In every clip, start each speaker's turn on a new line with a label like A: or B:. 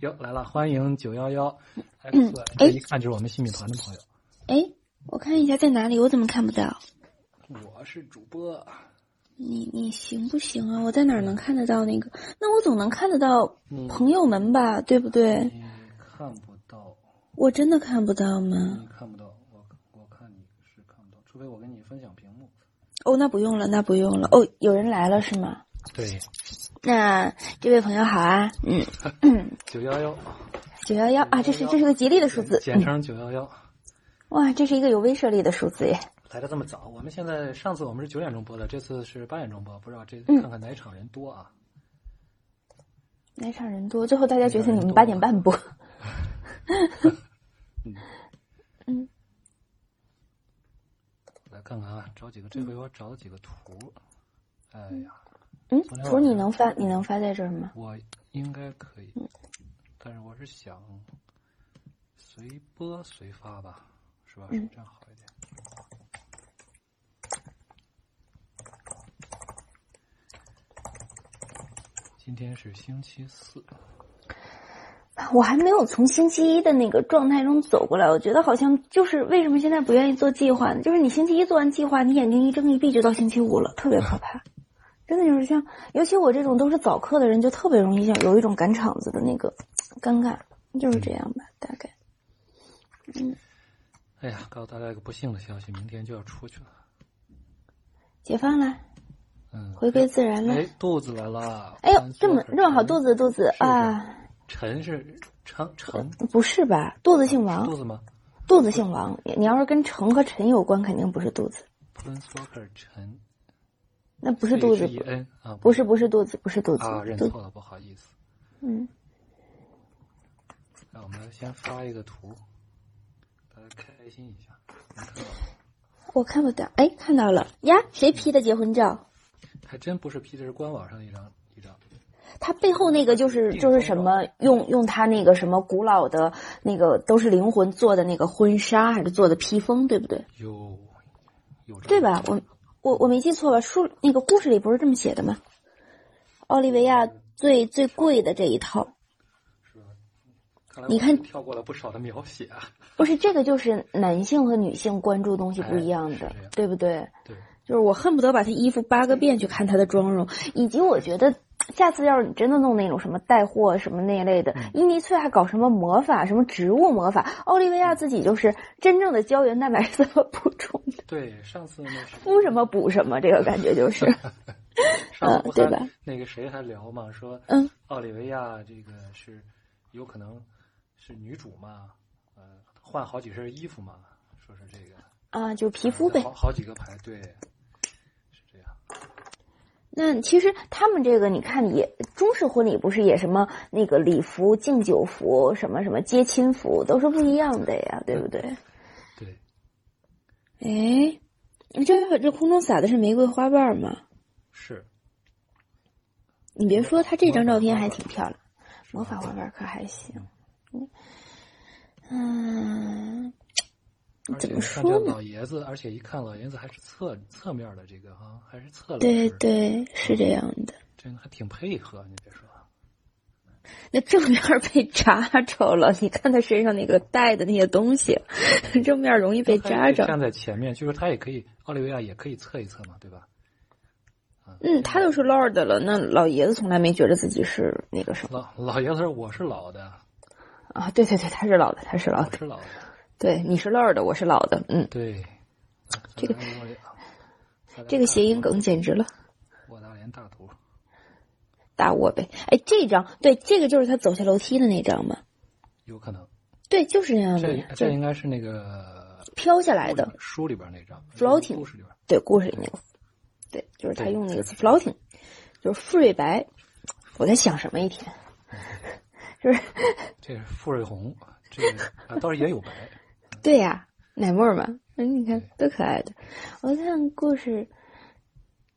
A: 哟，来了，欢迎九幺幺
B: 嗯
A: X，这一看就是我们新米团的朋友。
B: 哎，我看一下在哪里，我怎么看不到？
A: 我是主播，
B: 你你行不行啊？我在哪儿能看得到那个？那我总能看得到
A: 你
B: 朋友们吧，对不对？
A: 你看不到，
B: 我真的看不到吗？
A: 你看不到，我我看你是看不到，除非我跟你分享屏幕。
B: 哦，那不用了，那不用了。哦，有人来了是吗？
A: 对，
B: 那这位朋友好啊，嗯，
A: 九幺幺，
B: 九幺幺啊，这是这是个吉利的数字，
A: 简称九幺幺。
B: 哇，这是一个有威慑力的数字耶。
A: 嗯来的这么早，我们现在上次我们是九点钟播的，这次是八点钟播，不知道这
B: 嗯
A: 看看哪一场人多啊？
B: 哪场人多？最后大家决定你们
A: 哪
B: 八
A: 场人
B: 点
A: 多
B: 半播。
A: 来看看啊，找几个，这回我找了几个图。哎呀，
B: 嗯
A: 昨，天
B: 图
A: 晚
B: 你
A: 上
B: 能发你能发在这儿吗？
A: 我应该可以，但是我是想随播随发吧，是
B: 嗯
A: 吧？是不是这样好一点。今天是星期四，
B: 我还没有从星期一的那个状态中走过来，我觉得好像就是为什么现在不愿意做计划呢？就是你星期一做完计划，你眼睛一睁一闭就到星期五了，特别可怕。真的就是像，尤其我这种都是早课的人，就特别容易像有一种赶场子的那个尴尬，就是这样吧，大概。
A: 哎呀，告诉大家一个不幸的消息，明天就要出去了。
B: 解放了，
A: 嗯，
B: 回归自然了。
A: 哎，肚子来了。
B: 哎呦
A: 翻，
B: 这
A: 错
B: 么
A: 了
B: 这么好，肚子肚子
A: 是
B: 啊，
A: 陈是成成
B: 不是吧？肚子姓
A: 肚
B: 王，
A: 子吗
B: 肚子姓王。你你要是跟成和陈有关，肯定不是肚子，
A: ？Prince Walker 陈
B: 那不
A: 不
B: 是肚子，
A: E N 啊，
B: 不是不是肚子，不是肚 子，
A: 啊，认
B: 肚
A: 错了，不好意思。
B: 嗯。
A: 那我们先发一个图，大家开心一下。能看到吗
B: 我看不到，哎，看到了呀！谁 P 的结婚照？
A: 还真不是 P 的，是官网上的一张一张。
B: 他背后那个就是
A: 定
B: 就
A: 妆
B: 是什
A: 照
B: 么用用他那个什么古老的那个都是灵魂做的那个婚纱还是做的披风，对不对？
A: 有有张
B: 对吧？我我我没记错吧？书那个故事里不是这么写的吗？奥利维亚最最贵的这一套，
A: 是吧？看来
B: 你
A: 我
B: 看
A: 跳过了不少的描写啊。
B: 不是这个就是男性和女性关注东西不一样
A: 哎是
B: 的，
A: 这样
B: 对不对？
A: 对，
B: 就是我恨不得把他衣服扒个遍去看他的妆容，以及我觉得下次要是你真的弄那种什么带货什么那一类的，伊尼翠还搞什么魔法，什么植物魔法，奥利维亚自己就是真正的胶原蛋白是怎么补充的，
A: 对，上次那是
B: 敷什么补什么，这个感觉 就是，
A: 上次不
B: 呃对
A: 还
B: 吧
A: 那个谁还聊嘛，说
B: 嗯，
A: 奥利维亚这个是有可能是女主嘛，呃，换好几身衣服嘛，说是这个
B: 啊，就皮肤呗
A: 好。好几个牌，对，是这样。
B: 那其实他们这个，你看也中式婚礼不是也什么那个礼服、敬酒服、什么什么接亲服，都是不一样的呀，对不对？
A: 对，
B: 哎，这这空中撒的是玫瑰花瓣吗？
A: 是
B: 你别说，她这张照片还挺漂亮，魔法花瓣可还行。嗯，
A: 而
B: 怎
A: 且你看这
B: 么说呢
A: 老爷子，而且一看老爷子还是侧侧面的这个哈、还是侧
B: 对
A: 脸，
B: 对，是这样的。
A: 真的还挺配合。你别说，
B: 那正面儿被扎着了，你看他身上那个带的那些东西，正面儿容易被扎
A: 他也可以
B: 着。
A: 站在前面，就是他也可以，奥利维亚也可以侧一侧嘛，对吧？啊
B: 嗯，他都是 Lord 了，那老爷子从来没觉得自己是那个什么
A: 老老爷子说我是老的，
B: 啊？对对对，他是老的，他是老
A: 我
B: 的。
A: 是老的，
B: 对，你是 Lord，我是老的。嗯，
A: 对。这个
B: 这个谐音，梗简直了。
A: 我大连大图，
B: 大卧呗。哎，这张对，这个就是他走下楼梯的那张嘛。
A: 有可能。
B: 对，就是那样的
A: 这
B: 呀，就
A: 这应该是那个
B: 飘下嗯来的。
A: 书里边那张
B: Floating
A: 故事里边
B: 对，故事里那个，对，就是他
A: 对
B: 用那个词 floating，就是傅瑞白。我在想什么一 天？就是
A: 这是傅瑞红，这个啊倒是也有白，
B: 对呀、奶沫儿嘛，嗯，你看多可爱的。我看故事，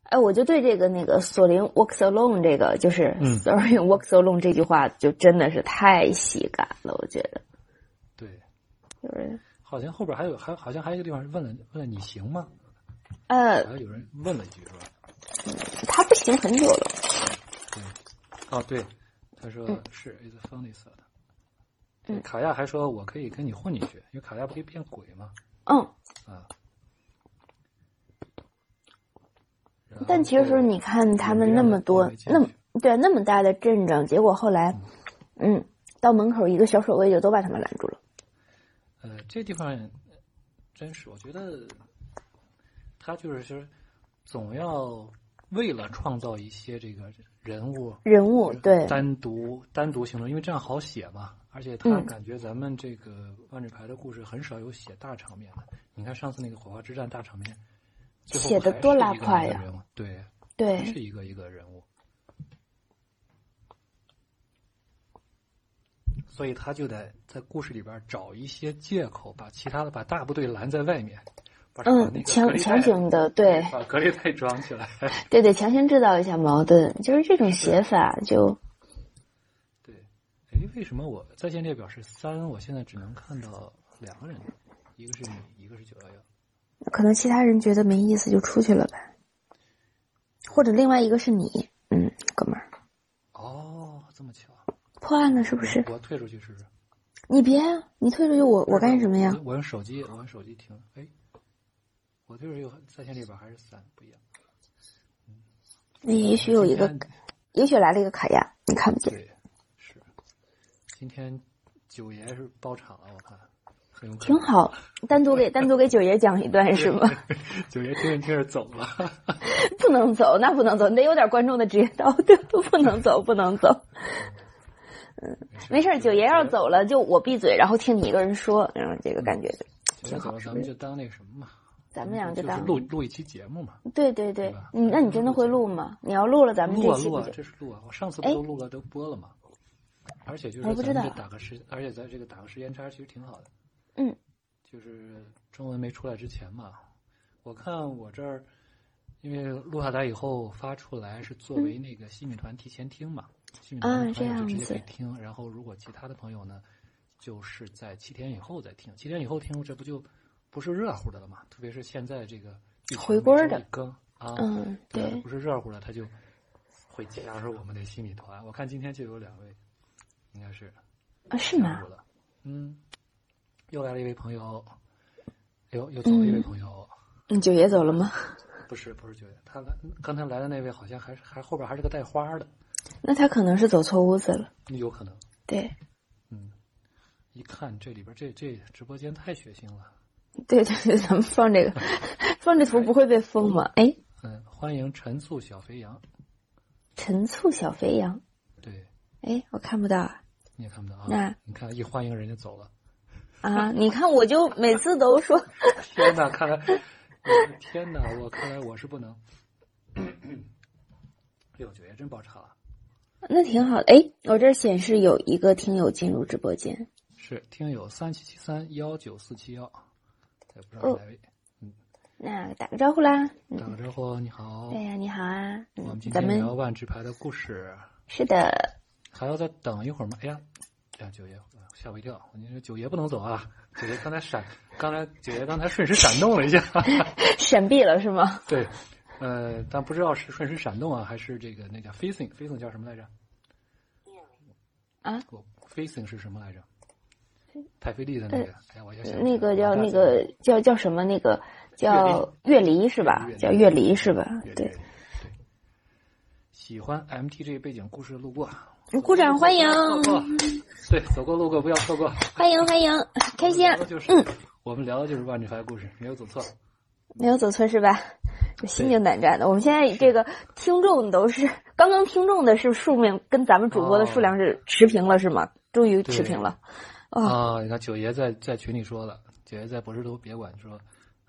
B: 哎，我就对这个那个索林 walks alone 这个就是 sorry walks alone 这句话就真的是太喜感了，我觉得
A: 对。
B: 就是
A: 好像后边还有还好像还有一个地方是问了问了你行吗？
B: 呃
A: 好，像有人问了一句是吧？
B: 他不行很久了。
A: 对，哦对，他说是 is funny 的，
B: 嗯
A: 卡亚还说我可以跟你混进去，因为卡亚不可以变鬼嘛。
B: 嗯，
A: 啊。
B: 但其实你看他们那么多，那么对那么大的阵仗，结果后来，嗯，到门口一个小守卫就都把他们拦住了。
A: 呃，这地方真是，我觉得他就是说，总要为了创造一些这个人物
B: 人物对，
A: 单独单独形容，因为这样好写嘛。而且他
B: 嗯
A: 感觉咱们这个万智牌的故事很少有写大场面的。你看上次那个火花之战大场面，最后
B: 写得
A: 还
B: 多
A: 是
B: 拉
A: 一个
B: 胯
A: 一个
B: 呀哎
A: 人物！对，
B: 对
A: 还，是一个一个人物。所以他就得在故事里边找一些借口，把其他的把大部队拦在外面，把把那
B: 嗯，
A: 个隔
B: 强
A: 离带
B: 强行的，对
A: 把隔离带装起来。
B: 对对，强行制造一下矛盾，就是这种写法就
A: 对，哎，为什么我在线列表是三？我现在只能看到两个人，一个是你，一个是九幺幺。
B: 可能其他人觉得没意思就出去了吧，或者另外一个是你，嗯，哥们儿
A: 哦，这么巧，
B: 破案了是不是？
A: 我退出去试试。
B: 你别呀、你退出去我我干什么呀
A: 我？我用手机，我用手机听。哎，我退出去在线列表还是三，不一样。
B: 那也许有一个
A: 今，天
B: 也许来了一个卡亚，你看不见，
A: 对，是。今天九爷是包场了，我看很有可
B: 挺
A: 能。
B: 好。单独 给单独给九爷讲一段是吗？
A: 九爷听着听着走了，
B: 不能走，那不能走，你得有点观众的职业道德，不 能走，不能走。嗯没事儿，九爷要是走了，就我闭嘴，然后听你一个人说，然后这个感觉就
A: 九爷走了，咱们就当那个什么嘛，
B: 咱们俩
A: 就
B: 就是当
A: 录录一期节目嘛。
B: 对对对
A: 吧，
B: 你那你真的会录吗？你要录了，咱们
A: 录
B: 这
A: 啊
B: 期
A: 录
B: 不
A: 啊
B: 就，哎
A: 这是录啊！我上次不都录了都播了嘛？而且就是
B: 我不知
A: 咱们这
B: 道
A: 打个时，而且在这个打个时间差其实挺好的。
B: 嗯，
A: 就是中文没出来之前嘛，我看我这儿因为录下来以后发出来是作为那个西米团提前听嘛，西米团的
B: 嗯啊这
A: 朋友就
B: 样
A: 直接
B: 子
A: 可以听。然后如果其他的朋友呢，就是在七天以后再听，七天以后听这不就不是热乎的了嘛？特别是现在这个疫情
B: 回锅
A: 每周
B: 的
A: 一更啊，
B: 嗯，
A: 对，
B: 对，
A: 不是热乎了，他就会加入我们的西米团。我看今天就有两位，应该是
B: 啊是
A: 加
B: 吗
A: 入？了。嗯，又来了一位朋友，哎呦，又走了一位朋友，
B: 嗯，九爷走了吗？
A: 不是不是九月，他来刚才来的那位好像还是还后边还是个带花的，
B: 那他可能是走错屋子了。
A: 有可能。
B: 对，
A: 嗯，一看这里边这这直播间太血腥了。
B: 对对对，咱们放这个， 放这图不会被封吗？哎，
A: 嗯，欢迎陈醋小肥羊，
B: 陈醋小肥羊，
A: 对，
B: 哎，我看不到啊
A: 你也看不到啊
B: 那。
A: 你看一欢迎人家走了。
B: 啊！你看，我就每次都说，
A: 天哪，看来，我的天哪，我看来我是不能。哎呦，九爷真爆炸了！
B: 那挺好的。哎，我这儿显示有一个听友进入直播间，
A: 是听友三七七三幺九四七幺，也不知道是哪位。
B: 哦那打个招呼啦。嗯
A: 打个招呼，你好。
B: 对呀、你好啊，
A: 我们
B: 嗯
A: 今，
B: 咱
A: 天
B: 们
A: 聊万智牌的故事，
B: 是的，
A: 还要再等一会儿吗？哎呀，哎呀，九爷吓我一跳！你说九爷不能走啊！九爷刚才闪，刚才九爷刚才顺势闪动了一下。
B: 闪避了是吗？
A: 对，呃，但不知道是顺时闪动啊，还是这个那叫 facing，facing 叫什么来着？
B: 啊
A: 我？facing 是什么来着？太妃丽的那个，哎呀，我一下想不起来
B: 那个叫
A: 我大
B: 那
A: 字儿
B: 个叫叫什么？那个叫月离是吧
A: 月？离
B: 叫月离是吧？
A: 对对
B: 啊对，
A: 对。喜欢 MTG 背景故事的路过，
B: 鼓掌欢迎，
A: 错过，对，走过路过不要错过，
B: 欢迎欢迎，开心啊
A: 聊！的就是、我们聊的就是万智牌故事，没有走错。
B: 没有走错是吧？这心惊胆战的。我们现在这个听众都是刚刚听众的是数量跟咱们主播的数量是持平了是吗？终于持平了。哦，
A: 啊，你看九爷在在群里说了，九爷在博士都别管说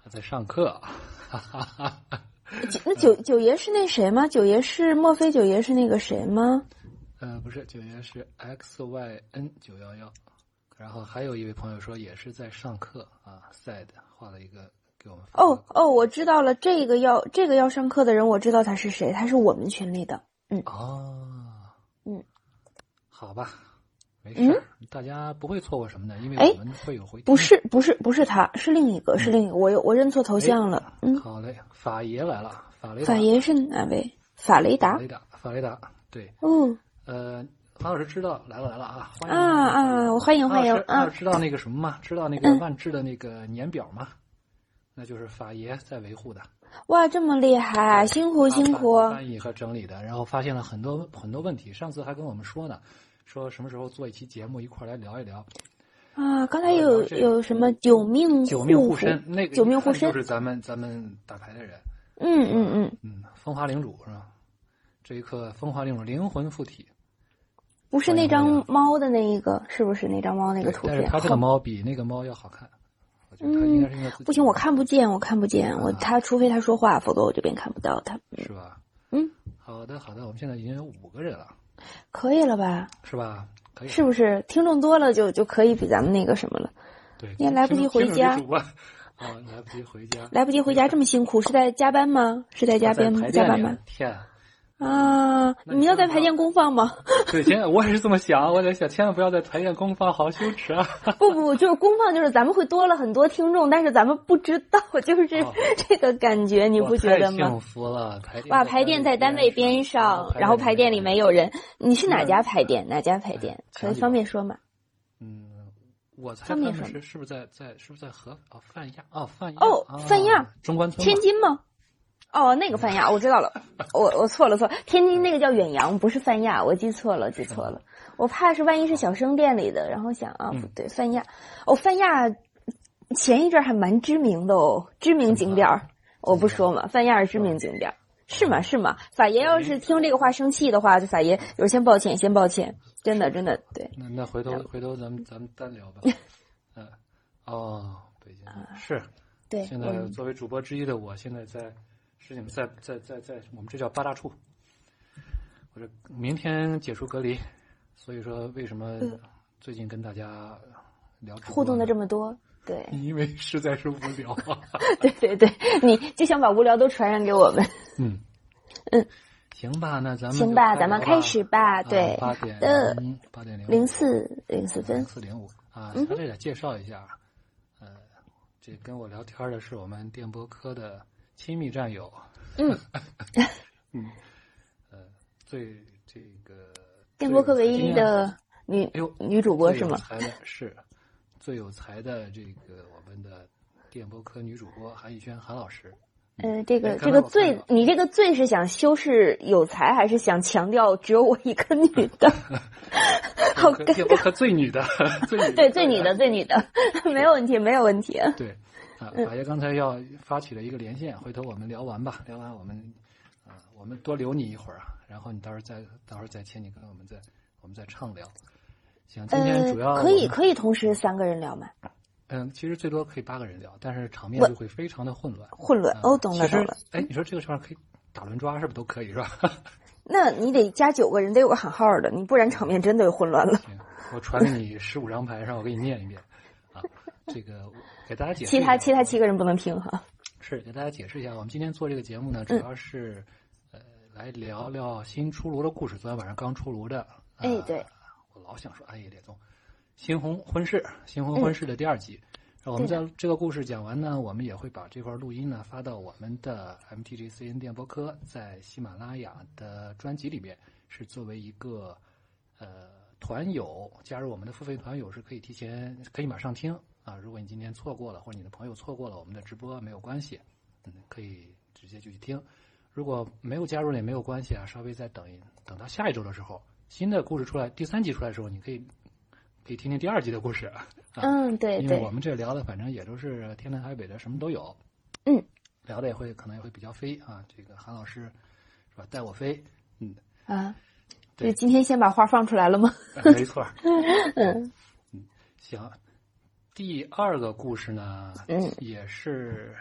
A: 他在上课， 哈哈哈哈。
B: 九那九九爷是那谁吗？九爷是莫非九爷是那个谁吗？
A: 呃，不是，九爷是 X Y N 九幺幺，然后还有一位朋友说也是在上课啊，sad 画了一个给我们发
B: 哦哦，我知道了，这个要这个要上课的人，我知道他是谁，他是我们群里的。
A: 哦，
B: 嗯，
A: 好吧，没事儿，大家不会错过什么的，因为
B: 哎
A: 我们会有回听
B: 不是不是不是他，是另一个，是另一个。我有我认错头像了。嗯，
A: 好嘞，法爷来了，法雷达，
B: 哎法爷是哪位？法雷
A: 法
B: 达
A: 雷。达，法雷达，对，
B: 哦，
A: 呃，韩老师知道来了来了啊，欢迎
B: 啊啊，我欢迎欢迎
A: 韩老师韩
B: 啊嗯
A: 老师知道那个什么吗？知道那个万智的那个年表吗？那就是法爷在维护的，
B: 哇，这么厉害，辛苦辛苦
A: 啊翻翻译和整理的，然后发现了很多很多问题。上次还跟我们说呢，说什么时候做一期节目一块儿来聊一聊
B: 啊！
A: 呃
B: 刚才有
A: 这个
B: 有什么九命
A: 嗯九命护
B: 嗯护
A: 身，那个
B: 九命护
A: 一看
B: 身
A: 就，是咱们咱们打牌的人，
B: 嗯嗯嗯，
A: 嗯，风华领主是吧？这一刻风华领主灵魂附体，
B: 不是
A: 欢迎
B: 那张
A: 欢迎啊
B: 猫的那一个，是不是那张猫那
A: 对
B: 个图
A: 但是
B: 片？
A: 它这个
B: 好
A: 猫比那个猫要好看，我觉得它应该是应该自己
B: 不行，我看不见，我看不
A: 啊
B: 见，我他除非他说话，否则我这边看不到他。
A: 是吧？
B: 嗯，
A: 好的好的，我们现在已经有五个人了，
B: 可以了吧？
A: 是吧？可以了，
B: 是不是听众多了就就可以比咱们那个什么了？
A: 对，
B: 你也来不及回家
A: 听着主播啊，来不及回家，
B: 来不及回家，这么辛苦，是在加班吗？是在加班
A: 在排
B: 加
A: 练
B: 班
A: 里
B: 吗
A: 呢？天，
B: 啊，
A: 那
B: 你们要
A: 你看不
B: 在排
A: 到
B: 练功放吗？
A: 对，现在我也是这么想，我在想，千万不要在排练功放，好羞耻啊！
B: 不不，就是公放，就是咱们会多了很多听众，但是咱们不知道， 就是这、
A: 哦
B: 这个感觉，你
A: 哇
B: 不觉
A: 太
B: 得吗
A: 幸？福了，排练
B: 哇，
A: 在
B: 排
A: 练
B: 店在单位边上，然啊后排
A: 练
B: 嗯店里没有人。你是哪家排店？哪家排店？
A: 哎
B: 可
A: 想
B: 以
A: 起
B: 方
A: 来
B: 便说吗？
A: 嗯，我猜他
B: 方便
A: 们是
B: 说
A: 是不是在在是不是在河哦泛亚哦泛亚
B: 哦
A: 啊
B: 泛亚
A: 中关村
B: 天
A: 嘛
B: 津吗？哦，那个泛亚，我知道了，我我错了错了，天津那个叫远洋，不是泛亚，我记错了记错了，我怕是万一是小生店里的，然后想啊
A: 嗯
B: 不对，泛亚，哦泛亚前一阵儿还蛮知名的哦，知名景点儿，我不说嘛，泛亚是知名景点儿，是吗是吗？法爷要是听这个话生气的话，就法爷有先抱歉先抱歉，真的真的对，
A: 那那回头回头咱们咱们单 聊吧，嗯哦北京
B: 啊
A: 是
B: 对
A: 现
B: 我
A: 在
B: 们
A: 作为主播之一的我，现在在是你们在在在在我们这叫八大处，我这明天解除隔离，所以说为什么最近跟大家聊直播
B: 嗯互动的
A: 呢
B: 这么多，对
A: 因为实在是无聊啊。
B: 对对对，你就想把无聊都传染给我们。
A: 嗯，
B: 嗯，
A: 行吧，那咱们
B: 行
A: 就
B: 吧，
A: 聊
B: 咱们开始吧。对，
A: 啊八
B: 好
A: 点
B: 的，
A: 八点零
B: 零四零四分
A: 零，四零五啊，
B: 嗯
A: 详细的介绍一下啊，呃，这跟我聊天的是我们电波科的亲密战友，
B: 嗯
A: 嗯，呃，最这个
B: 电波课唯一
A: 的
B: 的女
A: 哎呦
B: 女主播是吗？
A: 才的是最有才的这个我们的电波科女主播韩逸轩韩老师，
B: 呃，这
A: 哎
B: 个
A: 刚
B: 这
A: 才
B: 个
A: 我看
B: 最
A: 到，
B: 你这个最是想修饰有才，还是想强调只有我一个女的？ 好 尴
A: 电波科最女的最女的
B: 对，最女的，最女的， 没有问题，没有问题。
A: 对，啊，
B: 嗯
A: 法爷刚才要发起了一个连线，回头我们聊完吧，聊完我们，啊，我们多留你一会儿啊，然后你到时候再，到时候再请你跟我们再，我们再畅聊。行， 今天
B: 呃
A: 主要、，
B: 可以，，可以同时三个人聊吗？
A: 嗯，其实最多可以八个人聊，但是场面
B: 我
A: 就会非常的混乱。
B: 混乱
A: 啊
B: 哦，懂了
A: 其
B: 懂
A: 实
B: 了。，
A: 哎，你说这个地方可以打轮抓，是不是都可以是吧？
B: 那你得加九个人，得有个喊号的，你不然场面真的混乱了。
A: 行，我传给你十五张牌，让我给你念一遍啊。这个我给大家解释
B: 其
A: 一
B: 他
A: 下啊
B: 其他七个人不能听哈。
A: 是给大家解释一下，我们今天做这个节目呢，
B: 嗯
A: 主要是、呃来聊聊新出炉的故事。昨天晚上刚出炉的，呃
B: 哎对，
A: 我老想说暗哎夜猎踪，《新红婚事》《新红
B: 嗯
A: 婚事》的第二集。然后我们在这个故事讲完呢，我们也会把这块录音呢发到我们的 MTGCN 电波科在喜马拉雅的专辑里面，是作为一个呃团友加入我们的付费团友是可以提前可以马上听啊。如果你今天错过了，或者你的朋友错过了我们的直播，没有关系，嗯，可以直接就去听。如果没有加入也没有关系啊，稍微再等一等到下一周的时候，新的故事出来，第三集出来的时候，你可以可以听听第二集的故事，
B: 嗯，对
A: 啊因为
B: 对
A: 我，们这聊的反正也都是天南海北的，什么都有。
B: 嗯，
A: 聊的也会可能也会比较飞啊。这个韩老师是吧，带我飞，嗯，
B: 啊，
A: 对
B: 就今天先把话放出来了吗？
A: 没错儿。
B: 嗯
A: 行，第二个故事呢，
B: 嗯，
A: 也是，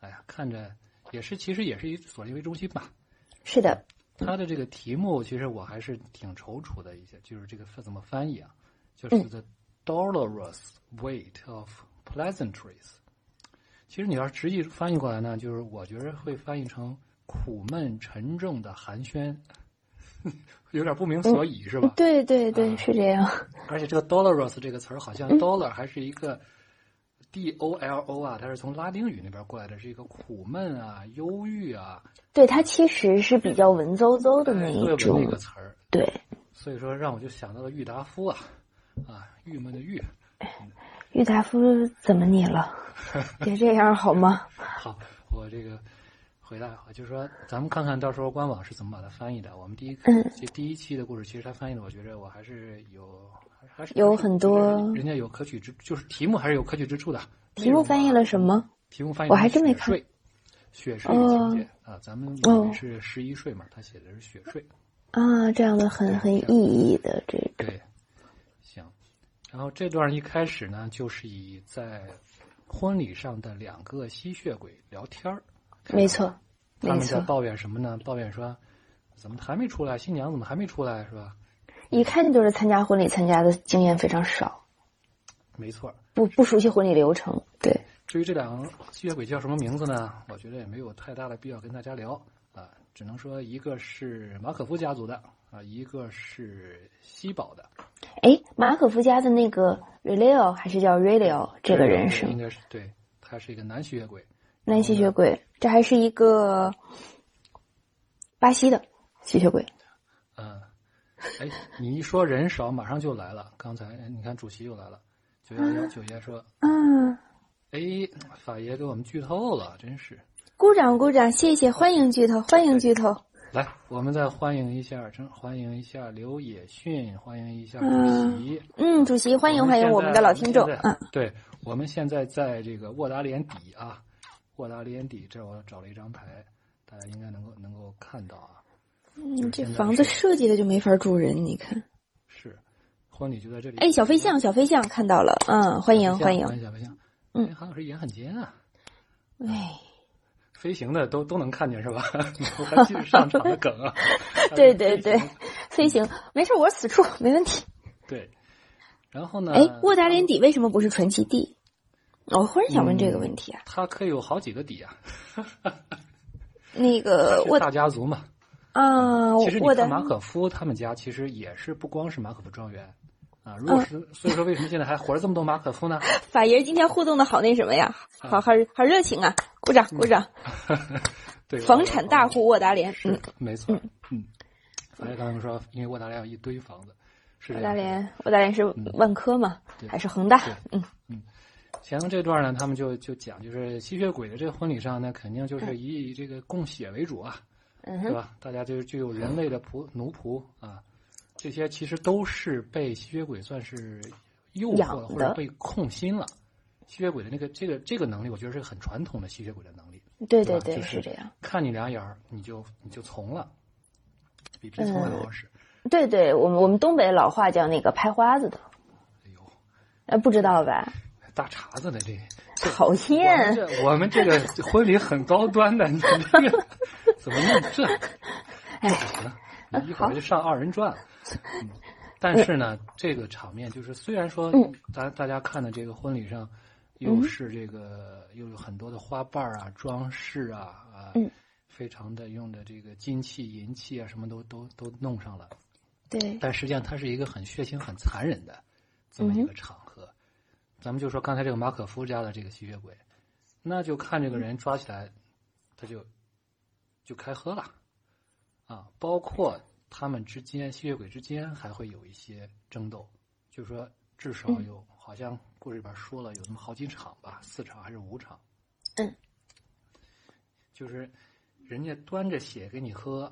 A: 哎呀，看着也是，其实也是以索利为中心吧。
B: 是的，
A: 它的这个题目，其实我还是挺踌躇的一些，就是这个怎么翻译啊，就是
B: 嗯
A: The Dolorous Weight of Pleasantries。其实你要是直译翻译过来呢，就是我觉得会翻译成苦闷沉重的寒暄， 有点不明
B: 嗯
A: 所以，是吧？
B: 对对对，
A: 啊
B: 是这样。
A: 而且这个 dolorous 这个词儿，好像
B: 嗯
A: dollar 还是一个 d o l o 啊，它是从拉丁语那边过来的，是一个苦闷啊、忧郁啊，
B: 对，它其实是比较文绉绉的那
A: 哎对
B: 一
A: 不
B: 种，
A: 那个词儿。
B: 对，
A: 所以说让我就想到了郁达夫啊，啊，郁闷的郁。
B: 郁达夫怎么 你了？别这样好吗？
A: 好，我这个回答我就说，咱们看看到时候官网是怎么把它翻译的。我们第一，
B: 嗯
A: 其实第一期的故事，其实它翻译的，我觉得我还是有，还是还是
B: 有很多
A: 人家有可取之，就是题目还是有可取之处的。
B: 题目翻译了什么？
A: 题目翻译
B: 我还真没看哦
A: 成了雪税。雪税的情节、啊，咱们以为是十一税嘛，他写的是雪税。
B: 啊，这样的很很有意义的这种，
A: 对，行。然后这段一开始呢，就是以在婚礼上的两个吸血鬼聊天儿，
B: 没错，
A: 他
B: 没
A: 们在
B: 错，
A: 抱怨什么呢？抱怨说，怎么还没出来？新娘怎么还没出来？是吧？
B: 一看就是参加婚礼参加的经验非常少，
A: 没错儿。
B: 不不熟悉婚礼流程。对，
A: 至于这两个吸血鬼叫什么名字呢？我觉得也没有太大的必要跟大家聊啊，只能说一个是马可夫家族的啊，一个是西堡的。
B: 哎，马可夫家的那个 r e l o 还是叫 r e l o 这个人是
A: 应
B: 吗
A: 该是对，他是一个男吸血鬼。
B: 男吸血鬼，这还是一个巴西的吸血鬼。
A: 嗯，哎，你一说人少，马上就来了。刚才哎你看主席又来了，九幺幺九爷说
B: 嗯，：“
A: 哎，法爷给我们剧透了，真是。
B: 鼓掌鼓掌，谢谢，欢迎剧透，欢迎剧透。”
A: 来，我们再欢迎一下，真欢迎一下刘野训，欢迎一下主席。
B: 嗯，主席，欢迎欢迎我们的老听众啊！
A: 嗯，对，我们现在在这个沃达连底啊，沃达连底这儿我找了一张牌，大家应该能够能够看到啊，
B: 嗯，这房子设计的就没法住人，你看。
A: 是婚礼就在这里。
B: 哎，小飞象，小飞象看到了，嗯，欢迎欢迎。
A: 欢迎小飞象。
B: 嗯
A: 哎，韩老师眼很尖啊，
B: 哎，
A: 飞行的都都能看见是吧？ 我还记得上场的梗啊。
B: 对对对
A: 飞行，
B: 飞行没事，我是死处，没问题。
A: 对。然后呢？
B: 哎，沃达连底为什么不是传奇地？我忽然想问
A: 嗯
B: 这个问题啊，
A: 它可以有好几个底啊，
B: 那个
A: 是
B: 沃
A: 大家族嘛。
B: 啊，
A: 其实你
B: 沃
A: 看马
B: 达
A: 可夫他们家，其实也是不光是马可夫庄园啊。如
B: 嗯
A: 果是、所以说，为什么现在还活着这么多马可夫呢？
B: 法爷今天互动的好那什么呀，好好好热情啊！鼓
A: 嗯
B: 掌鼓掌，
A: 对，
B: 房产大户沃达连，
A: 是
B: 嗯，
A: 没错，嗯。所以刚才说，因为渥达连有一堆房子，是
B: 沃
A: 这
B: 达
A: 样的
B: 连沃达连是万科嘛，
A: 对
B: 还是恒大
A: 对？
B: 嗯，
A: 前面这段呢，他们就就讲，就是吸血鬼的这个婚礼上呢，肯定就是以以这个供血为主啊，
B: 嗯
A: 对
B: 哼，
A: 吧？大家就是具有人类的仆奴仆啊，这些其实都是被吸血鬼算是诱
B: 养
A: 惑了，
B: 的
A: 或者被控心了。吸血鬼的那个这个这个能力，我觉得是很传统的吸血鬼的能力，对
B: 对对
A: 吧
B: 对，
A: 就是
B: 这样。
A: 看你两眼儿，你就你就从了，比之
B: 嗯
A: 从还好使。
B: 对对，我们我们东北老话叫那个拍花子的，
A: 哎呦，
B: 呃，不知道吧？
A: 大碴子呢这。
B: 讨
A: 我们
B: 厌，
A: 这我们这个婚礼很高端的，你这个怎么弄这？这不行，你一会儿就上二人转了。嗯但是呢，这个场面就是，虽然说大大家看的这个婚礼上，又是这个又有很多的花瓣儿啊、装饰啊啊
B: 嗯，
A: 非常的用的这个金器、银器啊，什么都都都弄上了。
B: 对，
A: 但实际上它是一个很血腥、很残忍的这
B: 嗯
A: 么一个场合。咱们就说刚才这个马可夫家的这个吸血鬼，那就看这个人抓起来，他就就开喝了啊。包括他们之间，吸血鬼之间还会有一些争斗，就是说至少
B: 嗯
A: 有、好像故事里边说了有那么好几场吧，四场还是五场。
B: 嗯，
A: 就是人家端着血给你喝，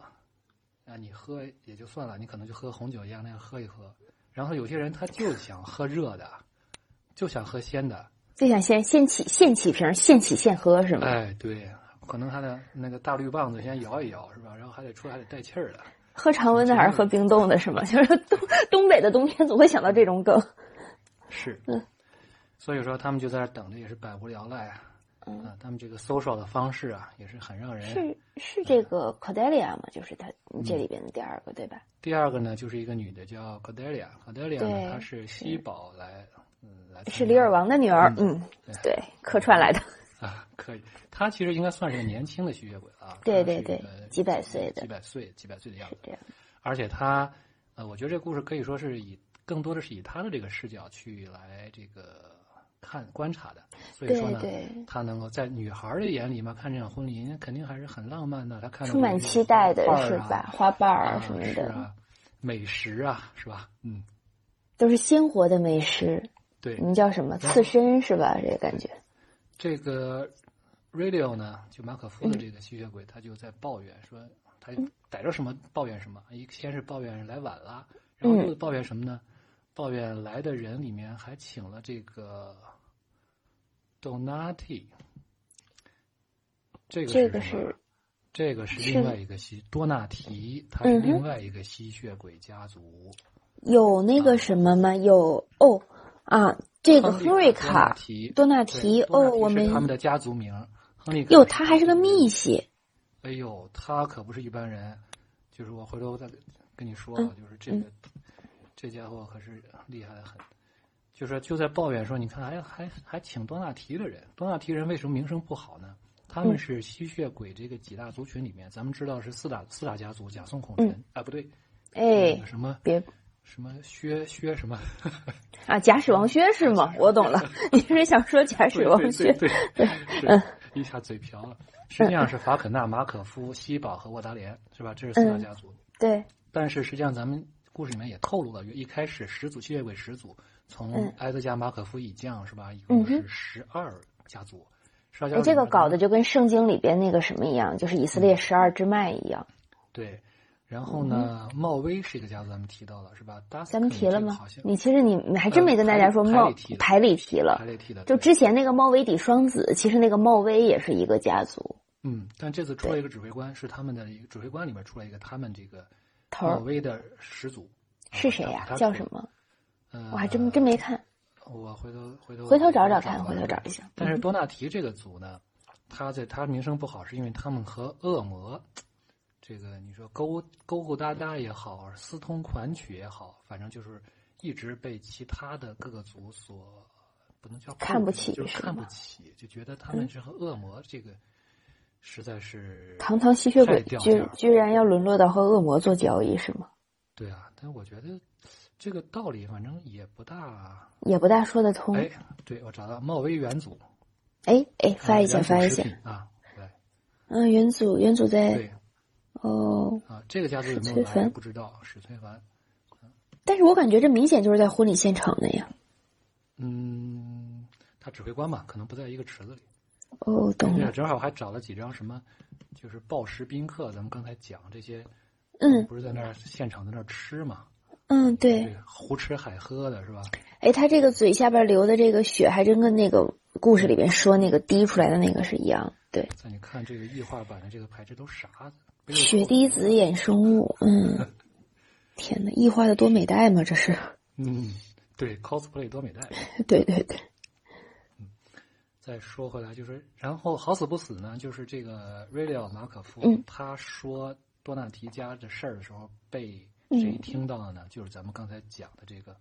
A: 啊，你喝也就算了，你可能就喝红酒一样那样喝一喝。然后有些人他就想喝热的，就想喝鲜的。
B: 就想现现起现起瓶，现起现喝是吗？
A: 哎，对，可能还得那个大绿棒子先摇一摇是吧？然后还得出来还得带气儿的。
B: 喝常温的还是喝冰冻的是吗？ 就是东东北的冬天总会想到这种梗。
A: 是，
B: 嗯
A: 所以说他们就在那儿等着，也是百无聊赖啊。啊，他们这个 social 的方式啊，也是很让人。
B: 嗯是是这个 Cordelia 吗？就是他这里边的第二个对吧？
A: 第二个呢，就是一个女的叫 Cordelia，Cordelia 呢，
B: 对
A: 她是西堡来，嗯，来参
B: 是
A: 加
B: 李尔王的女儿，
A: 嗯
B: 嗯，对，客串来的，
A: 啊，可以。她其实应该算是个年轻的吸血鬼了啊，
B: 对
A: 她是
B: 对对
A: 一个
B: 几百岁的
A: 几百岁几百岁的样子。
B: 这样
A: 而且他，呃，我觉得这个故事可以说是以更多的是以他的这个视角去来这个看观察的，所以说呢，
B: 对对
A: 他能够在女孩儿的眼里嘛，看这场婚礼肯定还是很浪漫的，他看着
B: 充满
A: 这个
B: 期待的
A: 花儿
B: 是
A: 啊
B: 吧？花瓣
A: 啊
B: 儿什么
A: 是
B: 的，
A: 啊，美食啊，是吧？嗯，
B: 都是鲜活的美食。
A: 对
B: 你，们叫什么？刺身是吧？这个感觉。
A: 这个 radio 呢，就马可
B: 嗯
A: 夫的这个吸血鬼，他就在抱怨说，他逮着什么抱怨什么，一先是抱怨来晚了，然后又
B: 嗯
A: 抱怨什么呢？抱怨来的人里面还请了这个 Donati，这个
B: 这个
A: 什么
B: 是
A: 这个是
B: 是
A: 另外一个吸多纳提，他是
B: 嗯哼
A: 另外一个吸血鬼家族。
B: 有那个什么吗？有哦啊，这个
A: 亨
B: 亨瑞
A: 利卡多纳
B: 卡
A: 提，
B: 多纳
A: 对
B: 提
A: 多纳
B: 哦，我
A: 是
B: 们
A: 他们的嗯家族名儿。亨利卡
B: 哟，他还是个密系。
A: 哎呦，他可不是一般人，就是我回头再跟你说
B: 嗯
A: 吧，就是这个、这家伙可是厉害的很。就说就在抱怨说，你看还还还请多纳提的人，多纳提人为什么名声不好呢？他们
B: 嗯
A: 是吸血鬼这个几大族群里面，咱们知道是四大四大家族：贾宋、孔陈、啊，不对，那
B: 哎
A: 个，什么
B: 别
A: 什么薛薛什么，
B: 啊，假使王薛是吗？我 懂了，你 是想说假
A: 对
B: 使王
A: 对
B: 薛？嗯
A: 对对，对一下嘴瓢了。实际上是法肯纳、马可夫、西堡和沃达连，是吧？这是四大
B: 嗯
A: 家族。
B: 对，
A: 但是实际上，咱们故事里面也透露了，一开始始祖吸血鬼始祖从
B: 嗯
A: 埃德加·马可夫以降是吧？一共
B: 嗯
A: 是十二家族。十二家
B: 哎，
A: 族
B: 这
A: 里
B: 个
A: 面
B: 搞得就跟圣经里边那个什么一样，就是以色列十二支脉一样。
A: 对。然后呢，茂威是一个家族，咱们提到了是吧？
B: 嗯咱们提了吗
A: 好？像
B: 你其实你你还真
A: 呃
B: 没跟大家说
A: 排
B: 茂
A: 列提的
B: 排里提
A: 排
B: 了，
A: 列替的，
B: 就
A: 对
B: 之前那个茂威底双子，其实那个茂威也是一个家族
A: 嗯，但这次出了一个指挥官，是他们的一个指挥官里面出来一个他们这个
B: 头
A: 茂
B: 儿，
A: 威的始祖啊
B: 是谁呀、叫什？么？
A: 呃，
B: 我还真真没看，
A: 我回头回头
B: 回头找找
A: 找
B: 看，回头找一下。嗯
A: 但是多纳提这个族呢，他在他名声不好，是因为他们和恶魔，这个你说勾勾勾搭搭也好，私通款曲也好，反正就是一直被其他的各个族所不能叫
B: 看
A: 诟病
B: 不起
A: 就是
B: 是
A: 看
B: 吗嗯
A: 不起，就觉得他们是和恶魔这个实在是
B: 堂堂吸血
A: 太
B: 鬼
A: 掉价
B: 居
A: 了
B: 居然要沦落到和恶魔做交易是吗？
A: 对啊，但我觉得这个道理反正也不大。啊
B: 也不大说得通。
A: 哎，对我找到茂威元祖，
B: 哎哎，翻
A: 呃
B: 一下，
A: 元祖
B: 翻一
A: 食
B: 下。
A: 品啊，对
B: 嗯，元祖元祖在
A: 对。
B: 哦，
A: 啊，这个家族有没
B: 史
A: 有
B: 翠
A: 来
B: 凡
A: 不知道。史翠凡，
B: 但是我感觉这明显就是在婚礼现场的呀。
A: 嗯，他指挥官嘛，可能不在一个池子里。
B: 哦，懂
A: 对，啊
B: 了。
A: 正好还找了几张什么，就是暴食宾客，咱们刚才讲这些，
B: 嗯
A: 不是在那儿现场在那儿吃嘛，
B: 嗯，对。，
A: 胡吃海喝的是吧？
B: 哎，他这个嘴下边流的这个血，还真跟那个故事里边说那个滴出来的那个是一样。对，
A: 在你看这个异化版的这个牌，这都啥？没有
B: 血滴子衍生物。 嗯，天呐，异化的多美代吗？这是？
A: 嗯，对，cosplay 多美代。
B: 对对对。
A: 再说回来，就是然后好死不死呢，就是这个瑞利奥马可夫，
B: 嗯
A: 他说多纳提家的事儿的时候，被
B: 嗯
A: 谁听到了呢？就是咱们刚才讲的这个